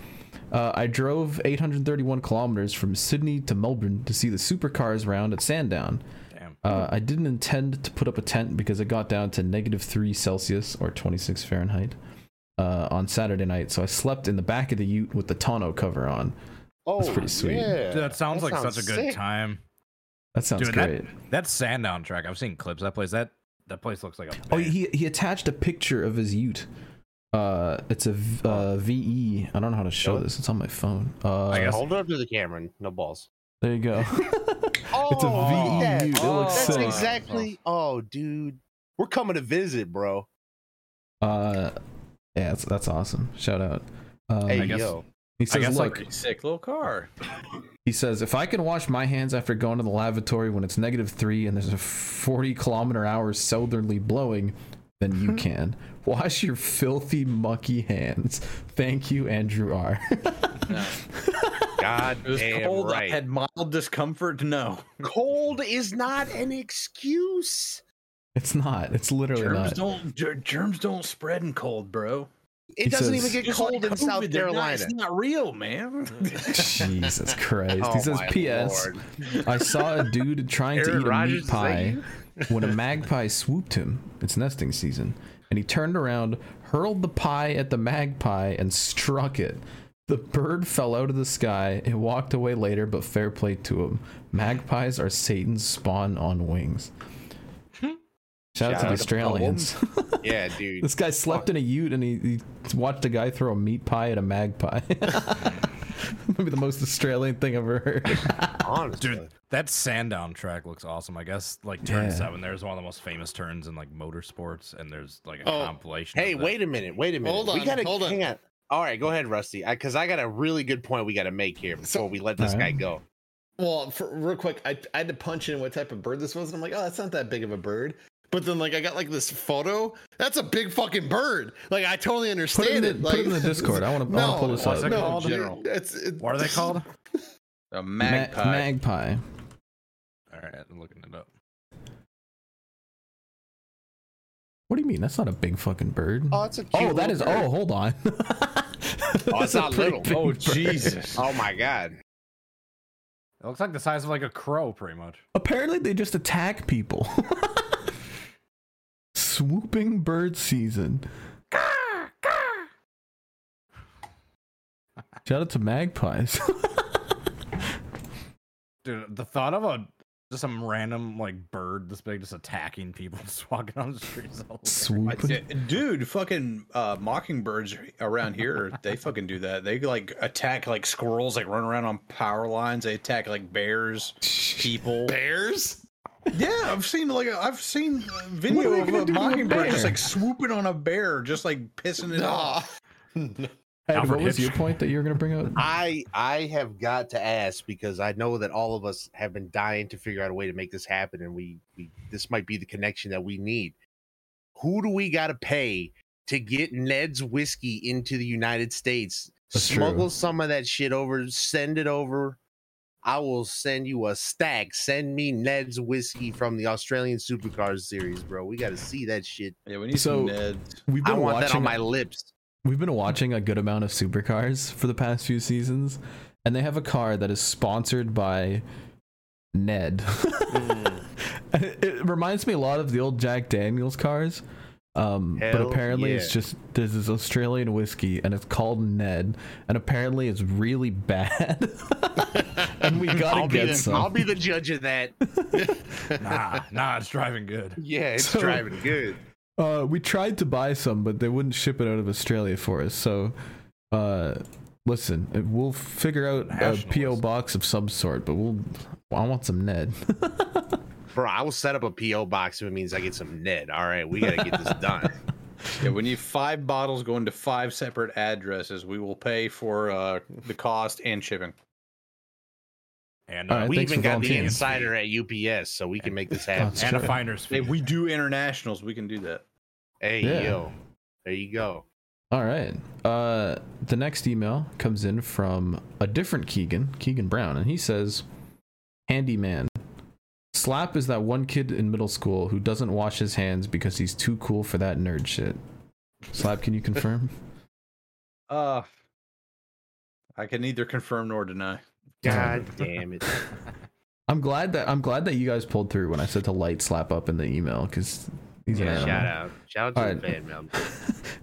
Uh, I drove 831 kilometers from Sydney to Melbourne to see the supercars round at Sandown. Damn. Uh, I didn't intend to put up a tent because it got down to negative three Celsius or 26 Fahrenheit uh, on Saturday night, so I slept in the back of the Ute with the tonneau cover on. Oh, pretty sweet. Yeah. Dude, that sounds like such a good sick. time. That sounds Dude, great." that, that Sandown track. I've seen clips. That place. That that place looks like a. Oh, band. he he attached a picture of his Ute. Uh, it's a v- uh, VE. I don't know how to show Nope. this. It's on my phone. Uh, I guess- Hold it up to the camera. and No balls. there you go. Oh, It's a VE that- Ute. It oh, looks that's sick. exactly. Oh, dude, we're coming to visit, bro. uh, yeah, that's, that's awesome. Shout out. Um, Hey, I guess- yo, he says, guess, look, like- Sick little car. he says, if I can wash my hands after going to the lavatory when it's negative three and there's a 40 kilometer hour southerly blowing, then you can. Wash your filthy, mucky hands. Thank you, Andrew R. God It was damn cold. right. I had mild discomfort. No, cold is not an excuse. it's not. It's literally not. germs don't ger- germs don't spread in cold, bro. It He doesn't says- even get Just cold like in South COVID, they're not- Carolina. It's not real, man. Jesus Christ. Oh he says, my P.S. lord. I saw a dude trying to Aaron eat Rodgers, a meat is that pie you? when a magpie swooped him. It's nesting season. And he turned around, hurled the pie at the magpie, and struck it. The bird fell out of the sky. It walked away later, but fair play to him. Magpies are Satan's spawn on wings. Shout, out Hmm. to the Shout out to Paul. Australians. Yeah, dude. this guy slept in a ute and he, he watched a guy throw a meat pie at a magpie. Maybe the most Australian thing I've ever heard. Honestly. Dude, that Sandown track looks awesome. I guess like turn Yeah. seven, there's one of the most famous turns in like motorsports, and there's like a Oh. compilation. Hey, of that. wait a minute. Wait a minute. Hold we on, gotta hold on. hang on. All right, go ahead, Rusty. Because I, got a really good point we got to make here before So- we let this All guy right. go. Well, for, real quick, I, I had to punch in what type of bird this was, and I'm like, oh, that's not that big of a bird. But then, like, I got like this photo. That's a big fucking bird. Like, I totally Put understand it, in the, it. Like, put it in the Discord. I want to no, pull this what's up. it no, called? dude, General. it's- it- what are they called? A Ma- magpie. magpie. at and looking it up. What do you mean? That's not a big fucking bird. Oh, it's a cute oh, that little is. bird. Oh, hold on. That's a not pretty little. big Oh bird. Jesus! Oh my god. It looks like the size of like a crow, pretty much. Apparently, they just attack people. Swooping bird season. Shout out to magpies. Dude, the thought of a just some random like bird this big just attacking people just walking on the streets. all day. I Swooping. did- Dude, fucking uh, mockingbirds around here, they fucking do that. They like attack like squirrels, like run around on power lines. They attack like bears, people. Bears? Yeah, I've seen like a, I've seen a What are they video of gonna a do to a mockingbird just bear? Ah. like swooping on a bear, just like pissing it off. Ed, Alfred what was your Hitchcock. point that you were gonna bring up? I I have got to ask because I know that all of us have been dying to figure out a way to make this happen, and we, we this might be the connection that we need. Who do we got to pay to get Ned's whiskey into the United States? That's true. smuggle some of that shit over, send it over. I will send you a stack. Send me Ned's whiskey from the Australian Supercars series, bro. We got to see that shit. Yeah, we need So- some Neds. We've I been want that on watching. my lips. we've been watching a good amount of supercars for the past few seasons, and they have a car that is sponsored by Ned. Mm. And it, it reminds me a lot of the old Jack Daniels cars. Um, but Hell apparently it's yeah. just there's this Australian whiskey and it's called Ned and apparently it's really bad. and we gotta I'll, be get the, some. I'll be the judge of that. nah, nah, it's driving good. Yeah, it's So- driving good. Uh, we tried to buy some, but they wouldn't ship it out of Australia for us. So, uh, listen, uh, we'll figure out a Nationalist. PO box of some sort. But we'll, I want some Ned. Bro, I will set up a PO box if it means I get some Ned. All right, we gotta get this done. Yeah, we need five bottles going to five separate addresses. We will pay for uh, the cost and shipping. And All uh, right, we thanks even for got the volunteering. insider at UPS, so we can make this happen. That's and a true. finder's fee. Hey, we do internationals. We can do that. Hey Yeah. yo, there you go. All right. Uh, the next email comes in from a different Keegan, Keegan Brown, and he says, "Handyman." Slap is that one kid in middle school who doesn't wash his hands because he's too cool for that nerd shit. Slap, can you confirm? Uh, I can neither confirm nor deny. God damn it. I'm glad that I'm glad that you guys pulled through when I said to light slap up in the email because he's Yeah, an shout animal. out. Shout out to All the right. fan mail.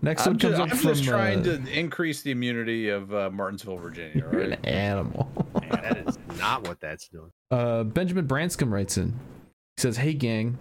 Next I'm one comes just, up I'm from just trying uh, to increase the immunity of uh, Martinsville, Virginia. all you're an right? animal. That is not what that's doing. Uh, Benjamin Branscombe writes in. He says, "Hey gang,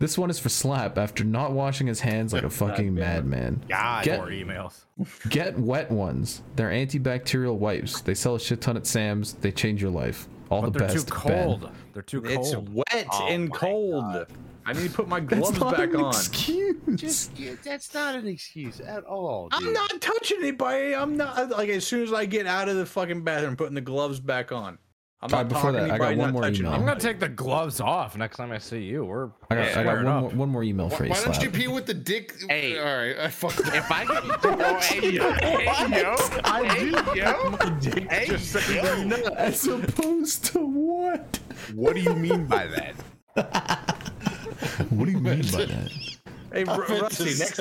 this one is for slap after not washing his hands like a fucking madman. God, Get- More emails. Get wet ones. They're antibacterial wipes. They sell a shit ton at Sam's. They change your life. All But the they're best." too Ben." cold. They're too It's cold. wet Oh and my cold. I need to put my That's gloves not back an on. excuse. just yeah, that's not an excuse at all. I'm dude. not touching anybody. I'm not like as soon as I get out of the fucking bathroom, putting the gloves back on. I'm All right, before that, talking to I got one not more touching email. I'm anybody. gonna take the gloves off next time I see you. We're I got, I got squaring one, up. more, one more email Why, for you. why don't slap. you pee with the dick? Hey. All right, I fucked up. If I could, oh, hey yo, hey yo, hey yo, hey yo. As opposed to what? What do you mean by that? What do you mean by that? Hey, Ru- Rusty, next,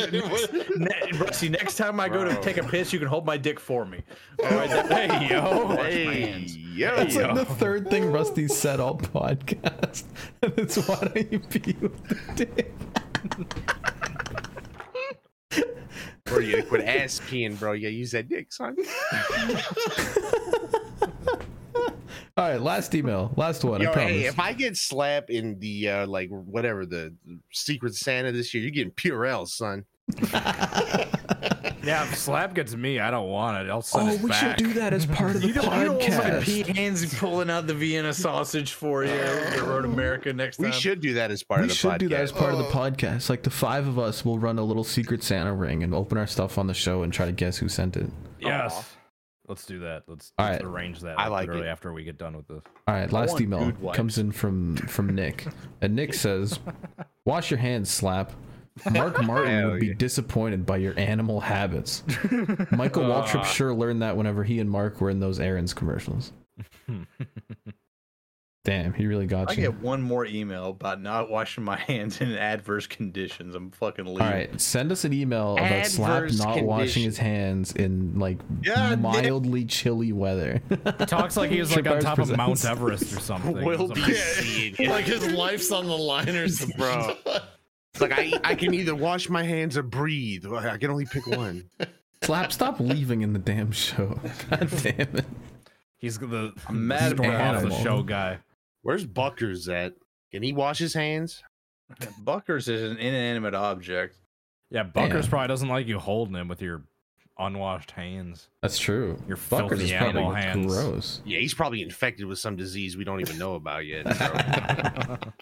ne- Rusty, next time I go to take a piss, you can hold my dick for me. All right, that- hey, yo. Hey yo, It's like the third thing Rusty said all podcast. And it's why don't you pee with the dick? bro, you quit ass peeing, bro. Yeah, use that dick, son. All right, last email. Last one, I Yo, promise. hey, if I get slapped in the uh, like whatever the Secret Santa this year, you're getting Purell, son. Yeah, if slap gets me, I don't want it. I'll send oh, it we back. should do that as part of the podcast. hands pulling out the Vienna sausage for you at Road America next We should do that as part We of the should podcast. do that as part of the podcast. Like the five of us will run a little secret Santa ring and open our stuff on the show and try to guess who sent it. Yes. Let's do that. Let's, All let's right. arrange that. I like, like literally it. after we get done with this. All right, last want email dude wipes. comes in from from Nick, and Nick says, "Wash your hands, slap." Mark Martin Hell would be yeah. disappointed by your animal habits. Michael Ah. Waltrip sure learned that whenever he and Mark were in those errands commercials. Damn, he really got I you. get one more email about not washing my hands in adverse conditions. I'm fucking leaving. All right, send us an email about Slap not Adverse washing his condition. hands in like Yeah, Nick. mildly chilly weather. Talks like he was like on Tripwires top of Mount presents- Everest or something. Will Some- be seeing it. like his life's on the line or something. Bro. It's like I, I can either wash my hands or breathe. I can only pick one. Slap, stop leaving in the damn show. God damn it. He's the I'm mad storm off about the animal. show guy. Where's Buckers at? Can he wash his hands? Buckers is an inanimate object. Yeah, Buckers Damn. probably doesn't like you holding him with your unwashed hands. That's true. Your Fuckers filthy is animal probably hands. gross. Yeah, he's probably infected with some disease we don't even know about yet. Bro. All He's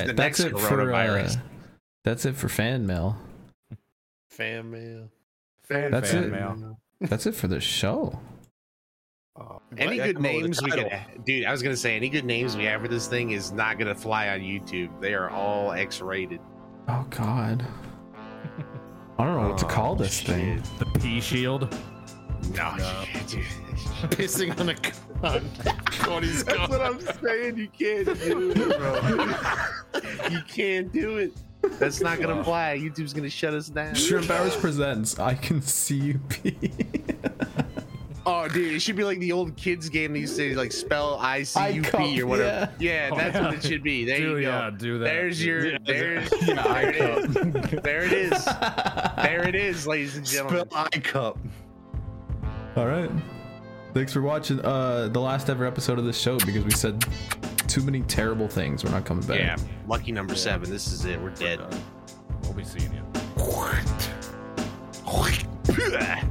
right, the that's next it for uh, coronavirus. that's it for fan mail. Fan mail. That's fan it. mail. That's it for the show. any What? Come up with good a names we could, title. dude? I was gonna say any good names we have for this thing is not gonna fly on YouTube. They are all X-rated. Oh God. I don't know what to Oh, call this thing. shit. The pea shield. No, shit, dude. Pissing on a on Cody's That's what cock. I'm saying. You can't do it, bro. you can't do it. That's not gonna fly. YouTube's gonna shut us down. Shrimp Hours presents. I can see you pee. Oh, dude, it should be like the old kids game that used to say, like spell I C U P or whatever. Yeah, Oh, that's yeah. what it should be. There do, you go. yeah, do that. There's dude. your there's there it is. There it is. There it is, ladies and gentlemen. Spill eye cup. All right. Thanks for watching uh, the last ever episode of this show because we said too many terrible things. We're not coming back. Yeah, lucky number seven. This is it. We're dead. We'll be seeing you. What?